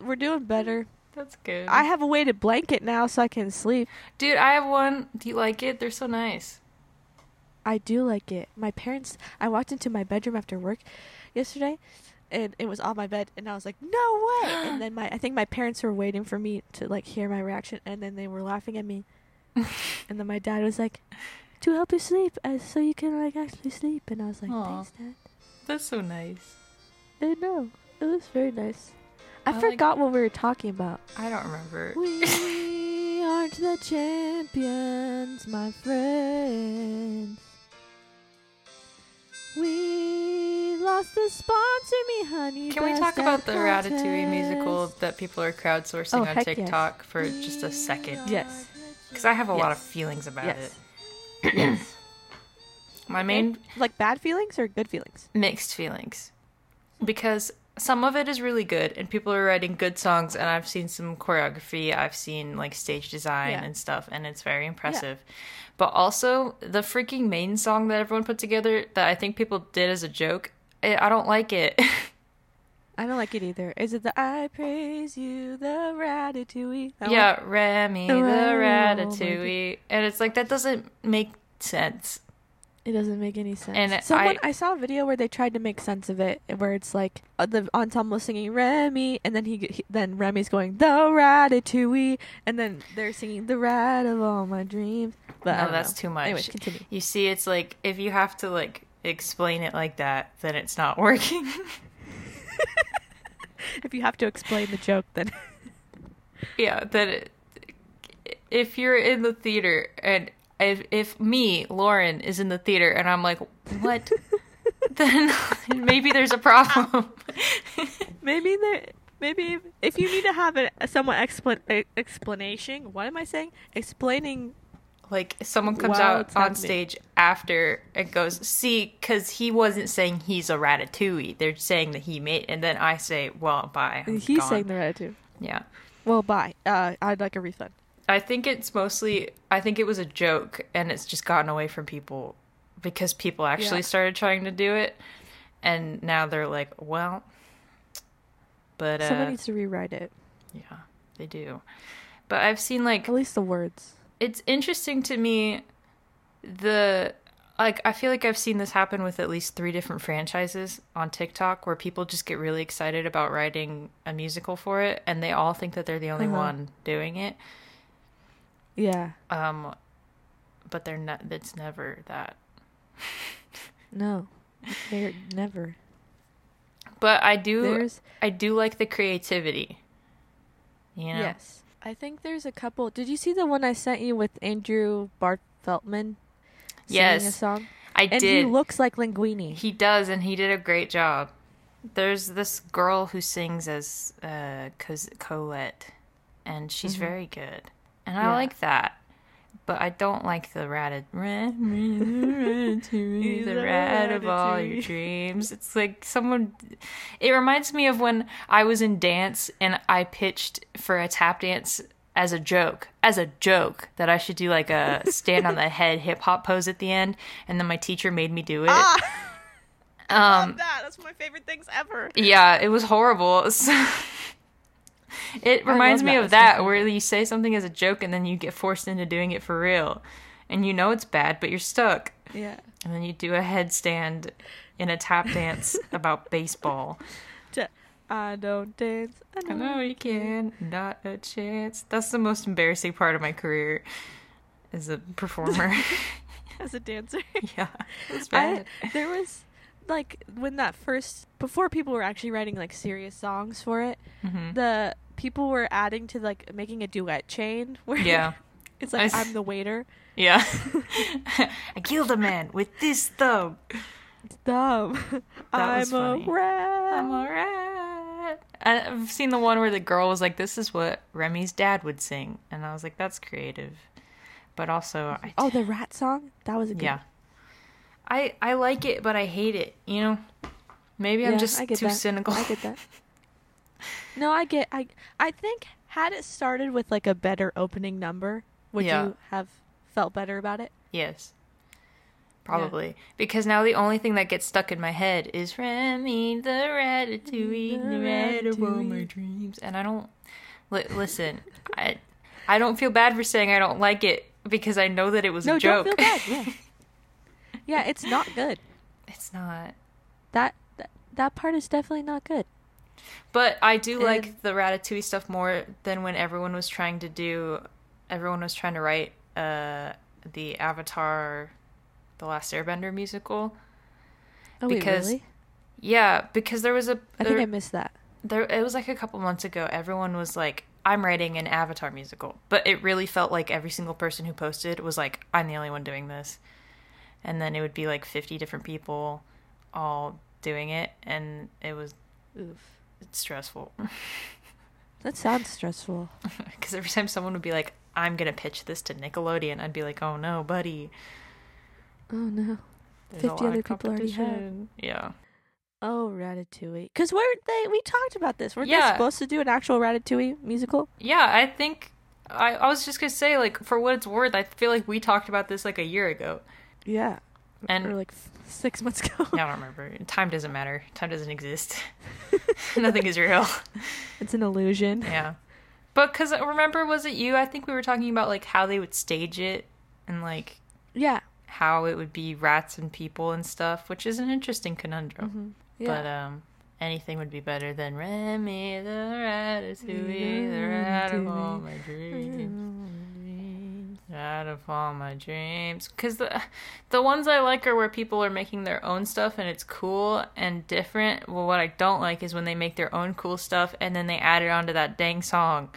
Speaker 2: we're doing better.
Speaker 1: That's good.
Speaker 2: I have a weighted blanket now, so I can sleep.
Speaker 1: Dude, I have one. Do you like it? They're so nice.
Speaker 2: I do like it. My parents. I walked into my bedroom after work yesterday, and it was on my bed, and I was like, "No way!" and then my I think my parents were waiting for me to like hear my reaction, and then they were laughing at me, and then my dad was like, "To help you sleep, uh, so you can like actually sleep," and I was like,
Speaker 1: Aw.
Speaker 2: "Thanks, Dad."
Speaker 1: That's so nice.
Speaker 2: I know. It was very nice. I,
Speaker 1: I like-
Speaker 2: forgot what we were talking about.
Speaker 1: I don't remember.
Speaker 2: We aren't the champions, my friends. We lost the sponsor, me honey.
Speaker 1: Can we
Speaker 2: best
Speaker 1: talk
Speaker 2: at
Speaker 1: about the Ratatouille musical
Speaker 2: contest.
Speaker 1: that people are crowdsourcing
Speaker 2: Oh,
Speaker 1: on
Speaker 2: heck yes.
Speaker 1: TikTok for just a second?
Speaker 2: Yes.
Speaker 1: Because I have a lot of
Speaker 2: Yes.
Speaker 1: feelings about
Speaker 2: Yes.
Speaker 1: it. My main
Speaker 2: Like bad feelings or good feelings?
Speaker 1: mixed feelings. Because some of it is really good and people are writing good songs and I've seen some choreography, I've seen like stage design
Speaker 2: Yeah.
Speaker 1: and stuff and it's very impressive. But also the freaking main eh, song that everyone put together that I think people did as a joke, I, I don't like it.
Speaker 2: I don't like it either. Is it the I praise you, the ratatouille? That one?
Speaker 1: yeah, Remy the
Speaker 2: Oh, my God.
Speaker 1: Ratatouille, and it's like that doesn't make sense.
Speaker 2: It doesn't make any sense.
Speaker 1: And it-
Speaker 2: Someone
Speaker 1: I-
Speaker 2: I, saw a video where they tried to make sense of it, where it's like uh, the ensemble singing Remy, and then he, he then Remy's going the ratatouille, and then they're singing the rat of all my dreams. But I
Speaker 1: no,
Speaker 2: don't
Speaker 1: that's
Speaker 2: know.
Speaker 1: too much.
Speaker 2: Anyway, continue.
Speaker 1: You see, it's like if you have to like explain it like that, then it's not working.
Speaker 2: if you have to explain the joke, then
Speaker 1: yeah, that it, if you're in the theater and if if me Lauren is in the theater and I'm like what, then maybe there's a problem.
Speaker 2: maybe there. Maybe if, if you need to have a somewhat expla- e- explanation, what am I saying? Explaining.
Speaker 1: like someone comes
Speaker 2: Wow,
Speaker 1: out
Speaker 2: it's
Speaker 1: on
Speaker 2: happening.
Speaker 1: stage after and goes see because he wasn't saying he's a ratatouille they're saying that he made and then i say well bye I'm
Speaker 2: He's
Speaker 1: gone.
Speaker 2: saying the ratatouille.
Speaker 1: yeah
Speaker 2: Well, bye. Uh, I'd like a refund.
Speaker 1: i think it's mostly i think it was a joke and it's just gotten away from people because people actually
Speaker 2: Yeah.
Speaker 1: started trying to do it and now they're like well but uh
Speaker 2: Someone needs to rewrite it.
Speaker 1: yeah they do but i've seen like
Speaker 2: At least the words.
Speaker 1: it's interesting to me the like I feel like I've seen this happen with at least three different franchises on TikTok where people just get really excited about writing a musical for it and they all think that they're the only
Speaker 2: Uh-huh.
Speaker 1: one doing it.
Speaker 2: Yeah.
Speaker 1: Um but they're not that's never that.
Speaker 2: No, there never.
Speaker 1: But I do
Speaker 2: There's
Speaker 1: I do like the creativity. You know?
Speaker 2: yes. I think there's a couple. Did you see the one I sent you with Andrew Bart Feltman? singing
Speaker 1: Yes,
Speaker 2: a song,
Speaker 1: I
Speaker 2: and
Speaker 1: did.
Speaker 2: he looks like Linguini.
Speaker 1: He does, and he did a great job. There's this girl who sings as uh, Cos- Colette, and she's very good, and I
Speaker 2: Mm-hmm. Yeah.
Speaker 1: like that. But I don't like the rat of, rat, ratatouille, the
Speaker 2: The
Speaker 1: rat of all your
Speaker 2: ratatouille.
Speaker 1: dreams. It's like someone. It reminds me of when I was in dance and I pitched for a tap dance as a joke, as a joke that I should do like a stand on the head hip hop pose at the end, and then my teacher made me do it.
Speaker 2: Ah!
Speaker 1: Um,
Speaker 2: that. That's one of my favorite things ever.
Speaker 1: yeah, it was horrible. So- it reminds
Speaker 2: love
Speaker 1: me
Speaker 2: that.
Speaker 1: of
Speaker 2: That's so
Speaker 1: that, where you say something as a joke and then you get forced into doing it for real. And you know it's bad, but you're stuck.
Speaker 2: Yeah.
Speaker 1: And then you do a headstand in a tap dance about baseball.
Speaker 2: J- I don't dance. I
Speaker 1: I
Speaker 2: don't.
Speaker 1: know you can, not a chance. That's the most embarrassing part of my career as a performer.
Speaker 2: As a dancer.
Speaker 1: yeah, it was
Speaker 2: I,
Speaker 1: bad.
Speaker 2: there was like when that first before people were actually writing like serious songs for it,
Speaker 1: Mhm.
Speaker 2: the people were adding to like making a duet chain where
Speaker 1: Yeah,
Speaker 2: it's
Speaker 1: I
Speaker 2: like
Speaker 1: s-
Speaker 2: i I'm the waiter.
Speaker 1: yeah. I killed a man with this thumb.
Speaker 2: Dumb. I'm
Speaker 1: was funny.
Speaker 2: a rat.
Speaker 1: I'm alright. I've seen the one where the girl was like, "This is what Remy's dad would sing," and I was like, "That's creative," but also, I,
Speaker 2: oh, the rat song? That was a good
Speaker 1: yeah, I I like it, but I hate it. You know, maybe I'm
Speaker 2: Yeah,
Speaker 1: just
Speaker 2: I get
Speaker 1: too
Speaker 2: that.
Speaker 1: cynical.
Speaker 2: I get that. No, I get I I think had it started with like a better opening number, would
Speaker 1: Yeah.
Speaker 2: you have felt better about it?
Speaker 1: yes, probably because now the only thing that gets stuck in my head is Remy the Ratatouille, the,
Speaker 2: The
Speaker 1: rat of all my
Speaker 2: ratatouille.
Speaker 1: dreams, and I don't li- listen. I I don't feel bad for saying I don't like it because I know that it was
Speaker 2: no,
Speaker 1: a joke.
Speaker 2: don't feel bad. Yeah. yeah, it's not good.
Speaker 1: It's not.
Speaker 2: That, that that part is definitely not good.
Speaker 1: But I do
Speaker 2: And-
Speaker 1: like the Ratatouille stuff more than when everyone was trying to do. Everyone was trying to write uh, the Avatar, the Last Airbender musical.
Speaker 2: Oh
Speaker 1: Because-
Speaker 2: wait, really?
Speaker 1: Yeah, because there was a
Speaker 2: I think
Speaker 1: there-
Speaker 2: I missed that.
Speaker 1: there it was like a couple months ago everyone was like i'm writing an avatar musical but it really felt like every single person who posted was like i'm the only one doing this and then it would be like 50 different people all doing it and it was
Speaker 2: Oof.
Speaker 1: stressful
Speaker 2: That sounds stressful.
Speaker 1: because every time someone would be like i'm gonna pitch this to nickelodeon i'd be like oh no buddy
Speaker 2: Oh no.
Speaker 1: there's
Speaker 2: 50 other people already have.
Speaker 1: competition." yeah
Speaker 2: Oh, Ratatouille. Because weren't they? We talked about this. Weren't
Speaker 1: Yeah.
Speaker 2: they supposed to do an actual Ratatouille musical?
Speaker 1: Yeah, I think I, I was just gonna say, like, for what it's worth, I feel like we talked about this like a year ago.
Speaker 2: Yeah.
Speaker 1: And-
Speaker 2: or like f- six months ago.
Speaker 1: I don't remember. Time doesn't matter. Time doesn't exist. Nothing is real.
Speaker 2: It's an illusion.
Speaker 1: Yeah. But because remember, was it you? I think we were talking about like how they would stage it and like
Speaker 2: Yeah.
Speaker 1: how it would be rats and people and stuff, which is an interesting conundrum. But
Speaker 2: Mm-hmm. Yeah.
Speaker 1: um, anything would be better than Remy the Ratatouille, the rat of all my
Speaker 2: Mm-hmm.
Speaker 1: dreams, Mm-hmm. rat of all my dreams. Because the the ones I like are where people are making their own stuff and it's cool and different. Well, what I don't like is when they make their own cool stuff and then they add it onto that dang song.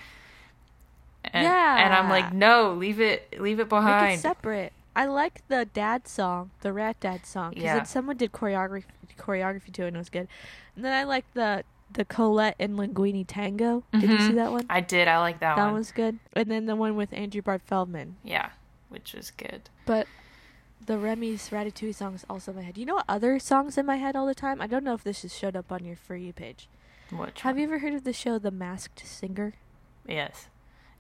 Speaker 1: And, and I'm
Speaker 2: Yeah.
Speaker 1: like, no, leave it, leave it
Speaker 2: Make
Speaker 1: behind.
Speaker 2: it separate. I like the dad song, the Rat Dad song, because
Speaker 1: Yeah.
Speaker 2: someone did choreography choreography to it and it was good. And then I like the the Colette and Linguini tango. Did you
Speaker 1: Mhm.
Speaker 2: see that one?
Speaker 1: I did, I like that,
Speaker 2: that
Speaker 1: one.
Speaker 2: was good. And then the one with Andrew Bart Feldman.
Speaker 1: yeah, which was good.
Speaker 2: But the Remy's Ratatouille song is also in my head. You know what other songs in my head all the time? I don't know if this has showed up on your For You page.
Speaker 1: Which
Speaker 2: Have you ever heard of the show The Masked Singer?
Speaker 1: Yes.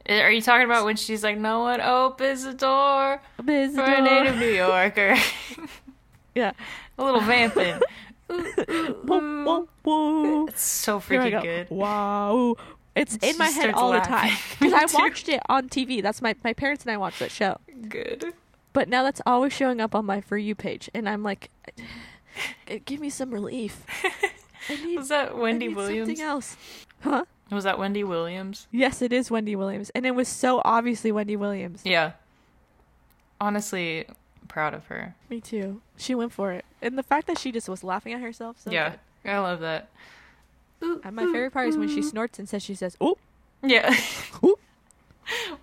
Speaker 1: Are you talking about when she's like, no one opens the door for a native New Yorker?
Speaker 2: yeah.
Speaker 1: a little vamping.
Speaker 2: Woo, woo, woo.
Speaker 1: It's so
Speaker 2: Here I
Speaker 1: freaking
Speaker 2: go.
Speaker 1: good.
Speaker 2: Wow. It's
Speaker 1: She
Speaker 2: in my head
Speaker 1: starts
Speaker 2: all
Speaker 1: laughing.
Speaker 2: the time.
Speaker 1: Me
Speaker 2: Because
Speaker 1: too.
Speaker 2: I watched it on TV. That's my, my parents and I watched that show.
Speaker 1: Good.
Speaker 2: But now that's always showing up on my For You page. And I'm like, "G- give me some relief. I need,
Speaker 1: Was that Wendy
Speaker 2: I need
Speaker 1: Williams?
Speaker 2: something else. Huh?
Speaker 1: Was that Wendy Williams?
Speaker 2: Yes, it is Wendy Williams. And it was so obviously Wendy Williams.
Speaker 1: Yeah. Honestly, proud of her.
Speaker 2: Me too. She went for it. And the fact that she just was laughing at herself. So
Speaker 1: yeah.
Speaker 2: good.
Speaker 1: I love that.
Speaker 2: And my favorite part is when she snorts and says, she says, oh.
Speaker 1: Yeah.
Speaker 2: Ooh.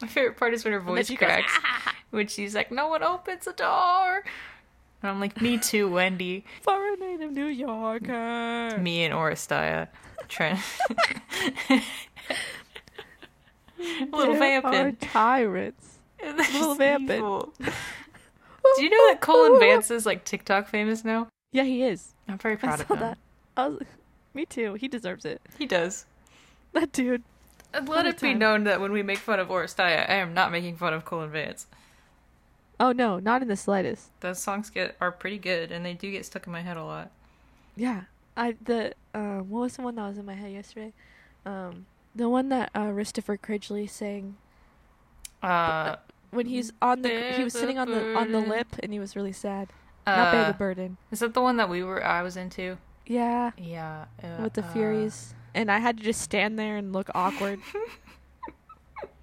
Speaker 1: My favorite part is when her
Speaker 2: then
Speaker 1: voice
Speaker 2: she goes, "Ah."
Speaker 1: cracks. when she's like, no one opens the door. And I'm like, me too, Wendy.
Speaker 2: For a native New Yorker.
Speaker 1: Me and Oresteia. Trent. little
Speaker 2: There Are
Speaker 1: vamping.
Speaker 2: tyrants. little vamping.
Speaker 1: Do you know that Colin Vance is like TikTok famous now?
Speaker 2: Yeah, he is.
Speaker 1: I'm very proud
Speaker 2: I
Speaker 1: of
Speaker 2: saw
Speaker 1: him.
Speaker 2: that. I was, me too. He deserves it.
Speaker 1: He does.
Speaker 2: That dude.
Speaker 1: And let
Speaker 2: a
Speaker 1: it be
Speaker 2: time.
Speaker 1: known that when we make fun of Oresteia, I am not making fun of Colin Vance.
Speaker 2: Oh no, not in the slightest.
Speaker 1: Those songs get are pretty good, and they do get stuck in my head a lot.
Speaker 2: Yeah. I the uh, what was the one that was in my head yesterday? Um, the one that uh, Christopher Cridgley sang
Speaker 1: Uh,
Speaker 2: when he's on the he
Speaker 1: Bear
Speaker 2: was
Speaker 1: the
Speaker 2: sitting on the on the
Speaker 1: burden.
Speaker 2: lip and he was really sad. Not bear
Speaker 1: uh
Speaker 2: the burden.
Speaker 1: is that the one that we were? I was into.
Speaker 2: Yeah,
Speaker 1: Yeah. Uh,
Speaker 2: with the
Speaker 1: uh,
Speaker 2: Furies, and I had to just stand there and look awkward,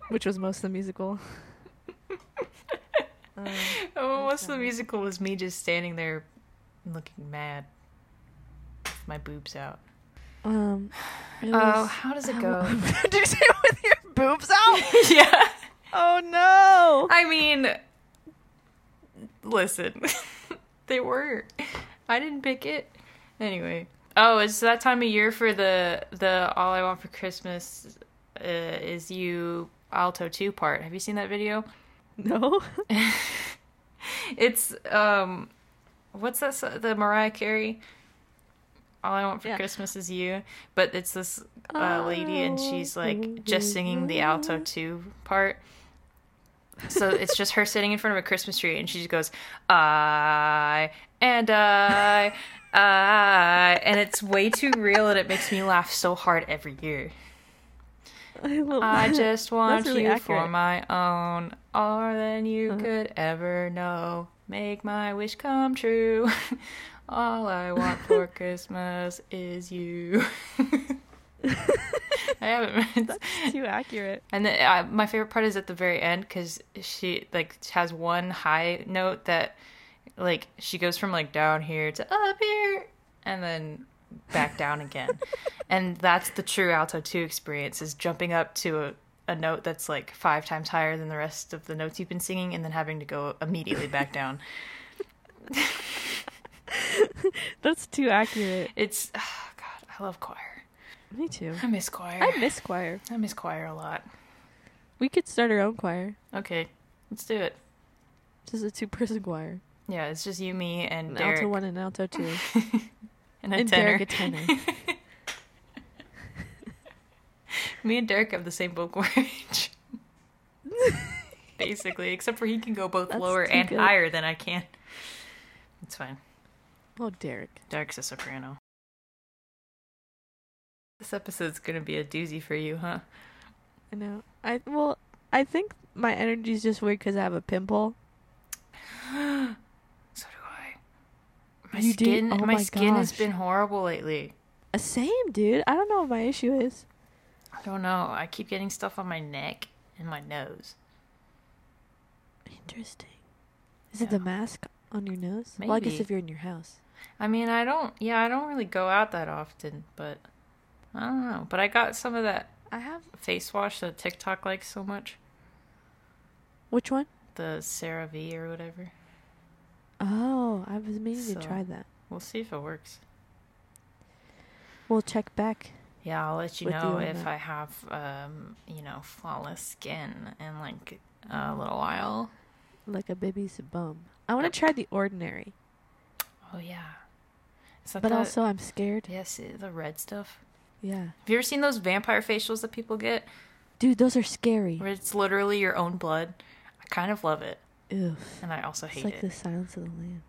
Speaker 2: which was most of the musical. um,
Speaker 1: Oh, what's the musical was me just standing there, looking mad, with my boobs out.
Speaker 2: um, it
Speaker 1: Oh,
Speaker 2: was-
Speaker 1: how does it go?
Speaker 2: Did you say it with your boobs out?
Speaker 1: yeah.
Speaker 2: Oh no!
Speaker 1: I mean, listen, they were. I didn't pick it. Anyway. Oh, it's that time of year for the the All I Want for Christmas uh, is You alto two part. Have you seen that video?
Speaker 2: No.
Speaker 1: It's um, what's that? so- The Mariah Carey. All I want for
Speaker 2: Yeah.
Speaker 1: Christmas is you, but it's this uh, lady and
Speaker 2: Oh,
Speaker 1: she's like just singing the alto two part. So it's just her sitting in front of a Christmas tree and she just goes, I and I, I, and it's way too real and it makes me laugh so hard every year.
Speaker 2: I, love
Speaker 1: I
Speaker 2: that.
Speaker 1: just want
Speaker 2: really
Speaker 1: you for
Speaker 2: accurate.
Speaker 1: my own, more than you
Speaker 2: Uh-huh.
Speaker 1: could ever know. Make my wish come true. All I want for Christmas is you. I haven't.
Speaker 2: too accurate.
Speaker 1: And then, uh, my favorite part is at the very end because she like has one high note that like she goes from like down here to up here and then back down again, and that's the true alto two experience is jumping up to a, a note that's like five times higher than the rest of the notes you've been singing, and then having to go immediately back down.
Speaker 2: That's too accurate.
Speaker 1: It's ah, God, I love choir.
Speaker 2: Me too.
Speaker 1: I miss choir.
Speaker 2: I miss choir.
Speaker 1: I miss choir a lot.
Speaker 2: We could start our own choir.
Speaker 1: Okay, let's do it.
Speaker 2: Just a two-person choir.
Speaker 1: Yeah, it's just you, me, and
Speaker 2: An
Speaker 1: Derek,
Speaker 2: alto one and an alto two.
Speaker 1: and a
Speaker 2: and
Speaker 1: tenor.
Speaker 2: Derek a tenor.
Speaker 1: Me and Derek have the same vocal range. Basically, except for he can go both
Speaker 2: That's
Speaker 1: lower
Speaker 2: too
Speaker 1: and
Speaker 2: good.
Speaker 1: higher than I can. It's fine.
Speaker 2: Well, Derek.
Speaker 1: Derek's a soprano. This episode's gonna be a doozy for you, huh?
Speaker 2: I know. I well, I think my energy's just weird because I have a pimple.
Speaker 1: So do I. My
Speaker 2: You do?
Speaker 1: skin,
Speaker 2: Oh
Speaker 1: my,
Speaker 2: my
Speaker 1: skin has
Speaker 2: gosh.
Speaker 1: been horrible lately.
Speaker 2: Uh, Same, dude. I don't know what my issue is.
Speaker 1: I don't know. I keep getting stuff on my neck and my nose.
Speaker 2: Interesting. Is it the
Speaker 1: Yeah.
Speaker 2: mask on your nose? Well, I guess
Speaker 1: Maybe.
Speaker 2: if you're in your house.
Speaker 1: I mean, I don't. Yeah, I don't really go out that often, but I don't know. But I got some of that
Speaker 2: I have.
Speaker 1: face wash that TikTok likes so much,
Speaker 2: Which one?
Speaker 1: the CeraVe or whatever.
Speaker 2: Oh, I was meaning to
Speaker 1: So-
Speaker 2: try that.
Speaker 1: We'll see if it works.
Speaker 2: We'll check back.
Speaker 1: Yeah, I'll let you
Speaker 2: With you
Speaker 1: know
Speaker 2: on
Speaker 1: if
Speaker 2: that.
Speaker 1: I have, um, you know, flawless skin in like a little while.
Speaker 2: Like a baby's bum. I want to try the ordinary,
Speaker 1: Oh yeah. Is that
Speaker 2: but
Speaker 1: the-
Speaker 2: also I'm scared.
Speaker 1: yes, eh, the red stuff.
Speaker 2: Yeah,
Speaker 1: Have you ever seen those vampire facials that people get,
Speaker 2: dude, those are scary.
Speaker 1: where it's literally your own blood? I kind of love it,
Speaker 2: Oof.
Speaker 1: and I also hate
Speaker 2: It's like
Speaker 1: it.
Speaker 2: the Silence of the Lambs.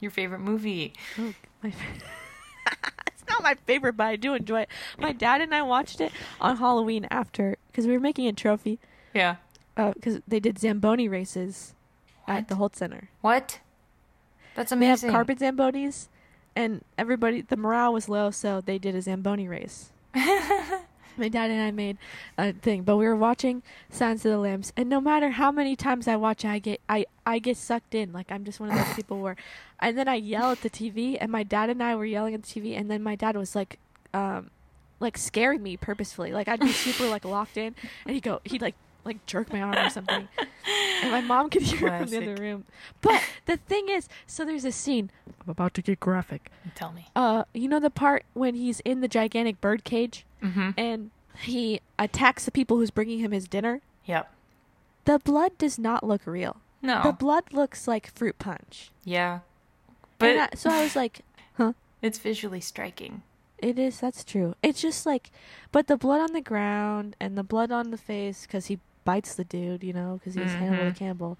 Speaker 1: Your favorite movie?
Speaker 2: Oh, my. fa- it's not my favorite, but I do enjoy it. My dad and I watched it on Halloween after because we were making a trophy
Speaker 1: Yeah.
Speaker 2: because Oh, they did zamboni races
Speaker 1: What?
Speaker 2: at the Holt Center.
Speaker 1: What? That's
Speaker 2: They have
Speaker 1: amazing.
Speaker 2: carpet zambonis, and everybody the morale was low, so they did a zamboni race. My dad and I made a thing, but we were watching Signs of the Lambs, and no matter how many times I watch, it, I get I I get sucked in. Like I'm just one of those people where, and then I yell at the TV, and my dad and I were yelling at the TV, and then my dad was like, um, like scaring me purposefully. Like I'd be super like locked in, and he'd go, he'd like like jerk my arm or something, and my mom could hear it from the
Speaker 1: Classic.
Speaker 2: other room. But the thing is, so there's a scene. I'm about to get graphic.
Speaker 1: Tell me.
Speaker 2: Uh, you know the part when he's in the gigantic bird cage
Speaker 1: Mm-hmm.
Speaker 2: and he attacks the people who's bringing him his dinner.
Speaker 1: Yep.
Speaker 2: The blood does not look real.
Speaker 1: No.
Speaker 2: The blood looks like fruit punch.
Speaker 1: yeah.
Speaker 2: But
Speaker 1: But
Speaker 2: I, so I was like, huh?
Speaker 1: it's visually striking.
Speaker 2: It is. That's true. It's just like, but the blood on the ground and the blood on the face because he bites the dude, you know, because he's Hannibal
Speaker 1: Mhm.
Speaker 2: Campbell,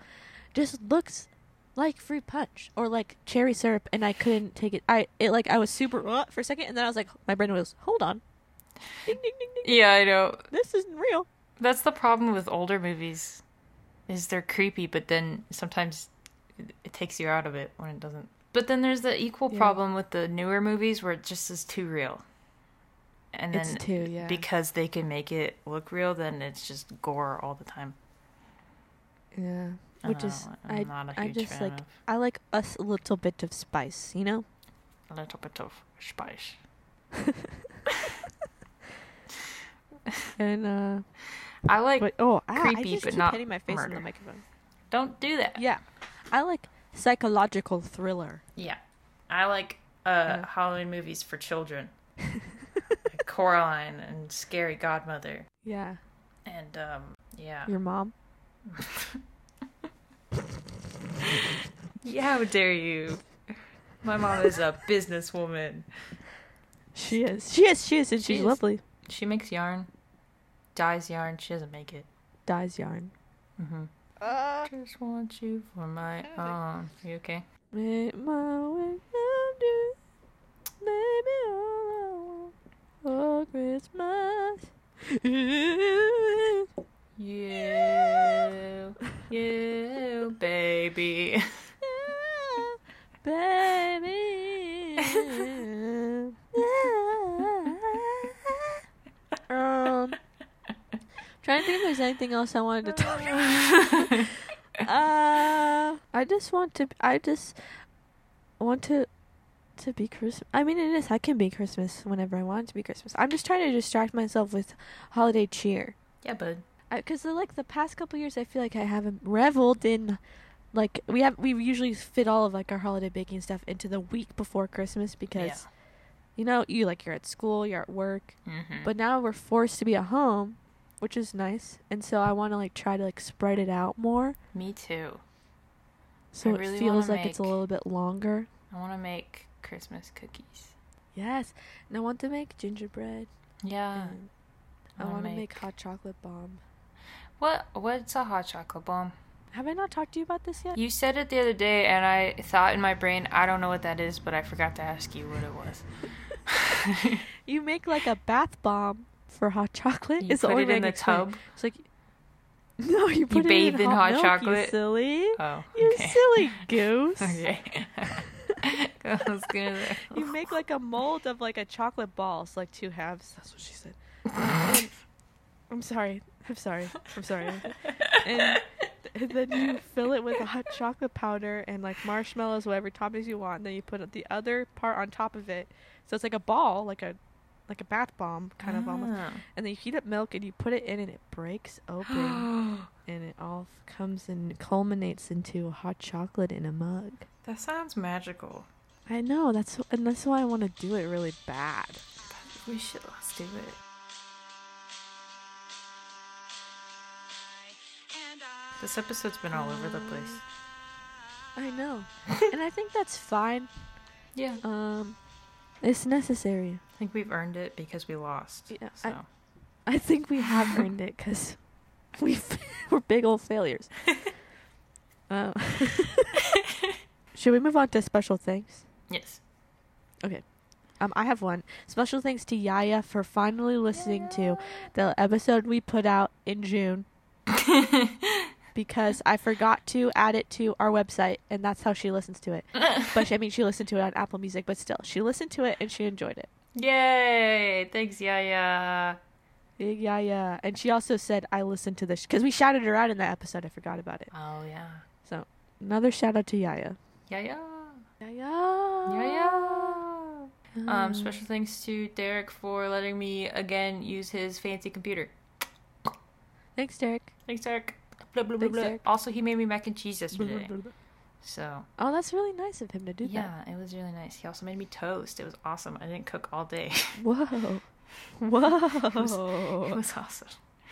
Speaker 2: just looks like fruit punch or like cherry syrup. And I couldn't take it. I it like I was super uh, for a second, and then I was like, my brain was hold on, ding ding ding ding.
Speaker 1: Yeah, I know.
Speaker 2: This isn't real.
Speaker 1: That's the problem with older movies, is they're creepy, but then sometimes it- it takes you out of it when it doesn't. But then there's the equal
Speaker 2: Yeah.
Speaker 1: problem with the newer movies where it just is too real. And
Speaker 2: It's
Speaker 1: then
Speaker 2: too, yeah.
Speaker 1: because they can make it look real, then it's just gore all the time.
Speaker 2: Yeah,
Speaker 1: I
Speaker 2: which
Speaker 1: don't
Speaker 2: is
Speaker 1: know, I'm
Speaker 2: I
Speaker 1: not a
Speaker 2: I
Speaker 1: huge
Speaker 2: just
Speaker 1: fan
Speaker 2: like I like a s- little bit of spice, you know.
Speaker 1: A little bit of spice.
Speaker 2: And uh,
Speaker 1: I like.
Speaker 2: but oh, ah, I
Speaker 1: creepy,
Speaker 2: just
Speaker 1: but
Speaker 2: keep
Speaker 1: not
Speaker 2: hitting my face on
Speaker 1: murder.
Speaker 2: the microphone.
Speaker 1: don't do that.
Speaker 2: Yeah, I like psychological thriller.
Speaker 1: Yeah. I like uh,
Speaker 2: Yeah.
Speaker 1: Halloween movies for children. Like Coraline and Scary Godmother.
Speaker 2: Yeah,
Speaker 1: And um yeah.
Speaker 2: your mom.
Speaker 1: Yeah, how dare you? My mom is a businesswoman.
Speaker 2: She is. She is. She is, and
Speaker 1: She
Speaker 2: she's
Speaker 1: is.
Speaker 2: lovely.
Speaker 1: She makes yarn, dyes yarn, she doesn't make it.
Speaker 2: Dies yarn.
Speaker 1: Mm-hmm. Just want you for my
Speaker 2: Perfect.
Speaker 1: own. you okay?
Speaker 2: Make my way round you, baby, all I want for Christmas.
Speaker 1: You, you, baby.
Speaker 2: baby. um, trying to think if there's anything else I wanted to talk about. uh, I just want to. I just want to to be Christmas. I mean, it is. I can be Christmas whenever I want it to be Christmas. I'm just trying to distract myself with holiday cheer
Speaker 1: Yeah, bud.
Speaker 2: because like the past couple years i feel like i haven't reveled in like we have we usually fit all of like our holiday baking stuff into the week before christmas because you know you like you're at school you're at work
Speaker 1: Mm-hmm.
Speaker 2: but now we're forced to be at home which is nice and so i want to like try to like spread it out more
Speaker 1: me too.
Speaker 2: so
Speaker 1: I
Speaker 2: it
Speaker 1: really
Speaker 2: feels
Speaker 1: wanna
Speaker 2: like it's a
Speaker 1: make-
Speaker 2: little bit longer
Speaker 1: I want to make Christmas cookies.
Speaker 2: yes and i want to make gingerbread
Speaker 1: Yeah.
Speaker 2: and i
Speaker 1: Uh, wanna
Speaker 2: want to make... hot chocolate bomb
Speaker 1: What? What's a hot chocolate bomb?
Speaker 2: Have I not talked to you about this yet?
Speaker 1: You said it the other day, and I thought in my brain, I don't know what that is, but I forgot to ask you what it was.
Speaker 2: You make like a bath bomb for hot chocolate.
Speaker 1: You
Speaker 2: It's the
Speaker 1: put
Speaker 2: only
Speaker 1: it
Speaker 2: way I
Speaker 1: in
Speaker 2: can
Speaker 1: the
Speaker 2: explain it.
Speaker 1: tub.
Speaker 2: It's like no, you put it
Speaker 1: bathe
Speaker 2: in,
Speaker 1: in hot
Speaker 2: hot, milk, You
Speaker 1: chocolate?
Speaker 2: silly.
Speaker 1: Oh,
Speaker 2: You
Speaker 1: okay.
Speaker 2: silly goose.
Speaker 1: Okay. I was gonna say-
Speaker 2: you make like a mold of like a chocolate ball, so like two halves. That's what she said. And- I'm sorry. I'm sorry. I'm sorry. And, th- then you fill it with a hot chocolate powder and like marshmallows, whatever toppings you want. And then you put the other part on top of it, so it's like a ball, like a like a bath bomb kind of almost.
Speaker 1: Ah.
Speaker 2: And then you heat up milk and you put it in, and it breaks open,
Speaker 1: Ah.
Speaker 2: and it all comes and culminates into hot chocolate in a mug.
Speaker 1: that sounds magical.
Speaker 2: I know that's and that's why I want to do it really bad.
Speaker 1: We should let's do it. This episode's been all over the place.
Speaker 2: I know, and I think that's fine.
Speaker 1: Yeah. I
Speaker 2: Um, it's necessary.
Speaker 1: think we've earned it because we lost.
Speaker 2: Yeah, I-
Speaker 1: so.
Speaker 2: I think we have earned it because we f- we're big old failures. um, should we move on to special thanks?
Speaker 1: yes.
Speaker 2: Um, I have one special thanks to Yaya for finally listening to the episode we put out in June because I forgot to add it to our website, and that's how she listens to it. But she, I mean, she listened to it on Apple Music, but still, she listened to it and she enjoyed it.
Speaker 1: Yay! Thanks, Yaya.
Speaker 2: Big Yaya, and she also said I listened to this because we shouted her out in that episode. I forgot about it.
Speaker 1: Oh yeah.
Speaker 2: So another shout out to Yaya.
Speaker 1: Yaya.
Speaker 2: Yaya.
Speaker 1: Yaya. Um, special thanks to Derek for letting me again use his fancy computer.
Speaker 2: Thanks, Derek.
Speaker 1: Thanks, Derek. Blah, blah, blah,
Speaker 2: Thanks,
Speaker 1: blah.
Speaker 2: Derek.
Speaker 1: Also, he made me mac and cheese yesterday. So,
Speaker 2: Oh, that's really nice of him to do that.
Speaker 1: yeah, it was really nice. He also made me toast. It was awesome. I didn't cook all day.
Speaker 2: Whoa.
Speaker 1: it
Speaker 2: Whoa.
Speaker 1: was awesome.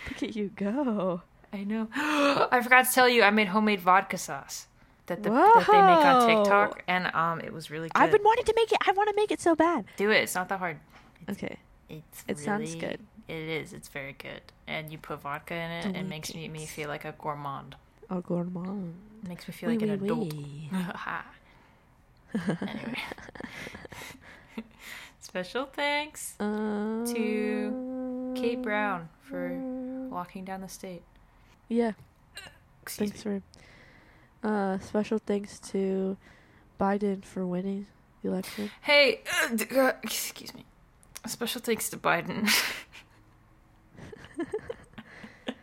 Speaker 2: Look at you go.
Speaker 1: I know. I forgot to tell you, I made homemade vodka sauce that, the, that they make on
Speaker 2: Whoa.
Speaker 1: TikTok, and um, it was really good.
Speaker 2: I've been wanting to make it. I want to make it so bad.
Speaker 1: Do it. It's not that hard.
Speaker 2: Okay.
Speaker 1: It's
Speaker 2: It sounds
Speaker 1: really-
Speaker 2: good.
Speaker 1: It is. It's very good. And you put vodka in it, and it makes me, me
Speaker 2: Delicious.
Speaker 1: feel like a gourmand.
Speaker 2: Au gourmand.
Speaker 1: It makes me feel like an adult. anyway. Special thanks
Speaker 2: Um,
Speaker 1: To Kate Brown for walking down the state.
Speaker 2: Uh, Yeah.
Speaker 1: Excuse
Speaker 2: thanks for. Uh, special thanks to Biden for winning the election.
Speaker 1: me. Hey, uh, d- uh, excuse me. Special thanks to Biden.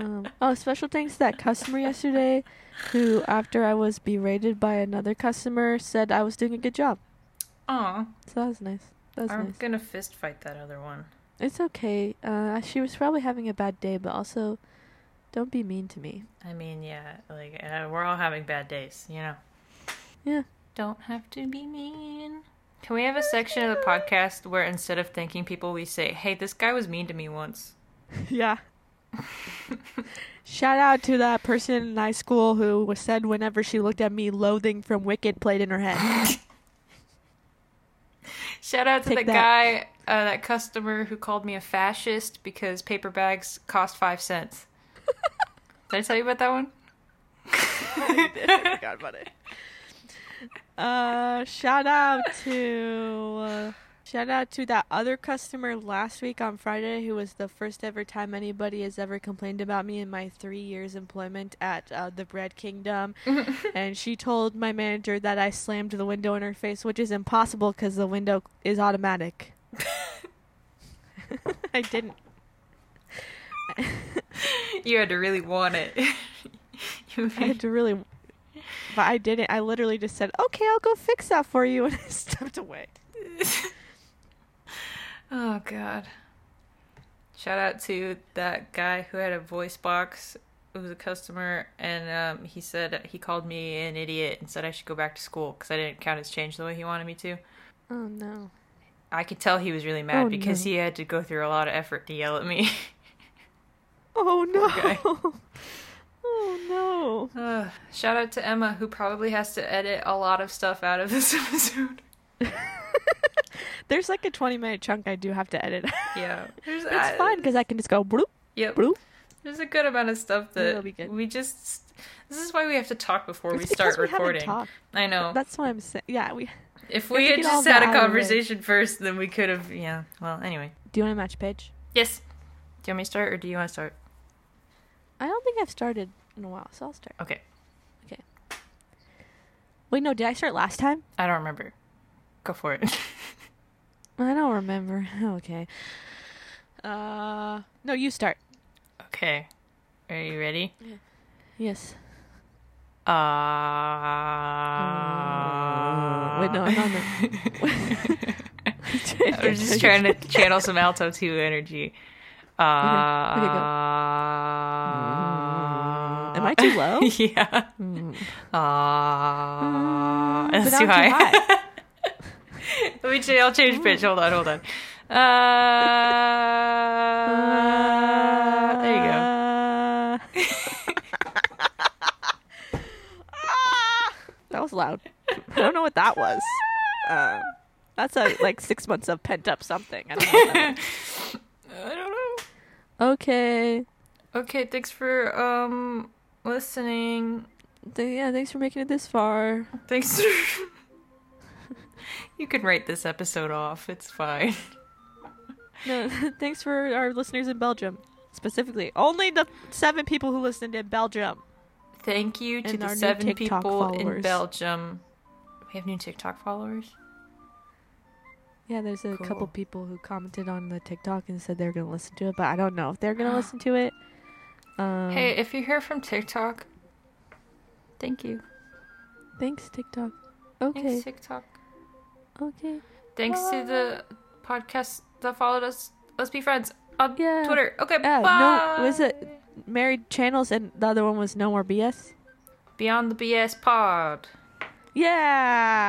Speaker 2: Um, oh, special thanks to that customer yesterday who, after I was berated by another customer, said I was doing a good job.
Speaker 1: Aw,
Speaker 2: So that was nice. That was
Speaker 1: I'm
Speaker 2: nice.
Speaker 1: gonna fist fight that other one.
Speaker 2: It's okay. Uh, she was probably having a bad day, but also, don't be mean to me.
Speaker 1: I mean, yeah, like uh, we're all having bad days, you know.
Speaker 2: Yeah.
Speaker 1: Don't have to be mean. Can we have a section of the podcast where instead of thanking people, we say, "Hey, this guy was mean to me once."
Speaker 2: Yeah. Shout out to that person in high school who was said whenever she looked at me, loathing from Wicked played in her head.
Speaker 1: Shout out to
Speaker 2: Take
Speaker 1: the
Speaker 2: that.
Speaker 1: guy, uh, that customer who called me a fascist because paper bags cost five cents. Did I tell you about that one?
Speaker 2: I forgot about it. Uh, shout out to uh, shout out to that other customer last week on Friday who was the first ever time anybody has ever complained about me in my three years employment at uh, the Bread Kingdom, and she told my manager that I slammed the window in her face, which is impossible because the window is automatic. I didn't.
Speaker 1: You had to really want it. You
Speaker 2: I had to really, but I didn't. I literally just said, "Okay, I'll go fix that for you," and I stepped away.
Speaker 1: Oh god. Shout out to that guy who had a voice box. It was a customer, and um, he said he called me an idiot and said I should go back to school because I didn't count his change the way he wanted me to.
Speaker 2: Oh no.
Speaker 1: I could tell he was really mad
Speaker 2: Oh,
Speaker 1: because
Speaker 2: no.
Speaker 1: he had to go through a lot of effort to yell at me.
Speaker 2: Oh
Speaker 1: guy.
Speaker 2: no. oh no.
Speaker 1: Ugh. shout out to Emma who probably has to edit a lot of stuff out of this episode.
Speaker 2: There's like a 20 minute chunk I do have to edit.
Speaker 1: Yeah, There's-
Speaker 2: it's fine because I can just go bloop
Speaker 1: Yep.
Speaker 2: bloop.
Speaker 1: There's a good amount of stuff
Speaker 2: Maybe it'll
Speaker 1: that
Speaker 2: be good.
Speaker 1: we just. This is why we have to talk before we
Speaker 2: It's
Speaker 1: start
Speaker 2: because we haven't
Speaker 1: recording.
Speaker 2: talked.
Speaker 1: I know.
Speaker 2: That's what I'm saying. Yeah, we.
Speaker 1: if
Speaker 2: we
Speaker 1: we
Speaker 2: have
Speaker 1: had
Speaker 2: to get all
Speaker 1: just
Speaker 2: that
Speaker 1: had
Speaker 2: out
Speaker 1: a
Speaker 2: of the way.
Speaker 1: conversation first, then we could have. Yeah. Well, anyway.
Speaker 2: Do you want to match pitch?
Speaker 1: Yes. Do you want me to start or do you want to start?
Speaker 2: I don't think I've started in a while, so I'll start.
Speaker 1: Okay.
Speaker 2: Okay. Wait, no, did I start last time?
Speaker 1: I don't remember. Go for it.
Speaker 2: I don't remember. Okay. Uh, no, you start.
Speaker 1: okay. Are you ready?
Speaker 2: Yes.
Speaker 1: Uh,
Speaker 2: wait, no, I'm on
Speaker 1: I was just trying to channel some alto 2 energy. Uh,
Speaker 2: Okay, go. Am I too low?
Speaker 1: yeah. Uh,
Speaker 2: Mm. but
Speaker 1: that's
Speaker 2: I'm
Speaker 1: too
Speaker 2: too
Speaker 1: high.
Speaker 2: high.
Speaker 1: Let me change. I'll change pitch. Hold on. Hold on. Uh, there you go.
Speaker 2: you Uh, that was loud. I don't know what that was. Um, that's a, like six months of pent up something. I don't know what that
Speaker 1: I don't know.
Speaker 2: was. okay.
Speaker 1: Okay, thanks for um listening.
Speaker 2: Th- yeah, thanks for making it this far.
Speaker 1: Thanks. you can write this episode off. It's fine.
Speaker 2: No, thanks for our listeners in Belgium, specifically. Only the seven people who listened in Belgium.
Speaker 1: Thank you to
Speaker 2: And our
Speaker 1: the
Speaker 2: new
Speaker 1: seven
Speaker 2: TikTok
Speaker 1: people in
Speaker 2: followers.
Speaker 1: Belgium. We have new TikTok followers.
Speaker 2: Yeah, there's a
Speaker 1: Cool.
Speaker 2: couple people who commented on the TikTok and said they were going to listen to it, but I don't know if they're going to listen to it. Um,
Speaker 1: Hey, if you hear from TikTok, thank you.
Speaker 2: thanks TikTok. Okay,
Speaker 1: Thanks TikTok.
Speaker 2: okay.
Speaker 1: Thanks to the podcast that followed us. Let's be friends on
Speaker 2: Yeah.
Speaker 1: Twitter. Okay,
Speaker 2: Yeah,
Speaker 1: bye.
Speaker 2: no, was it married channels and the other one was no more BS?
Speaker 1: Beyond the BS Pod?
Speaker 2: Yeah.
Speaker 1: Ah.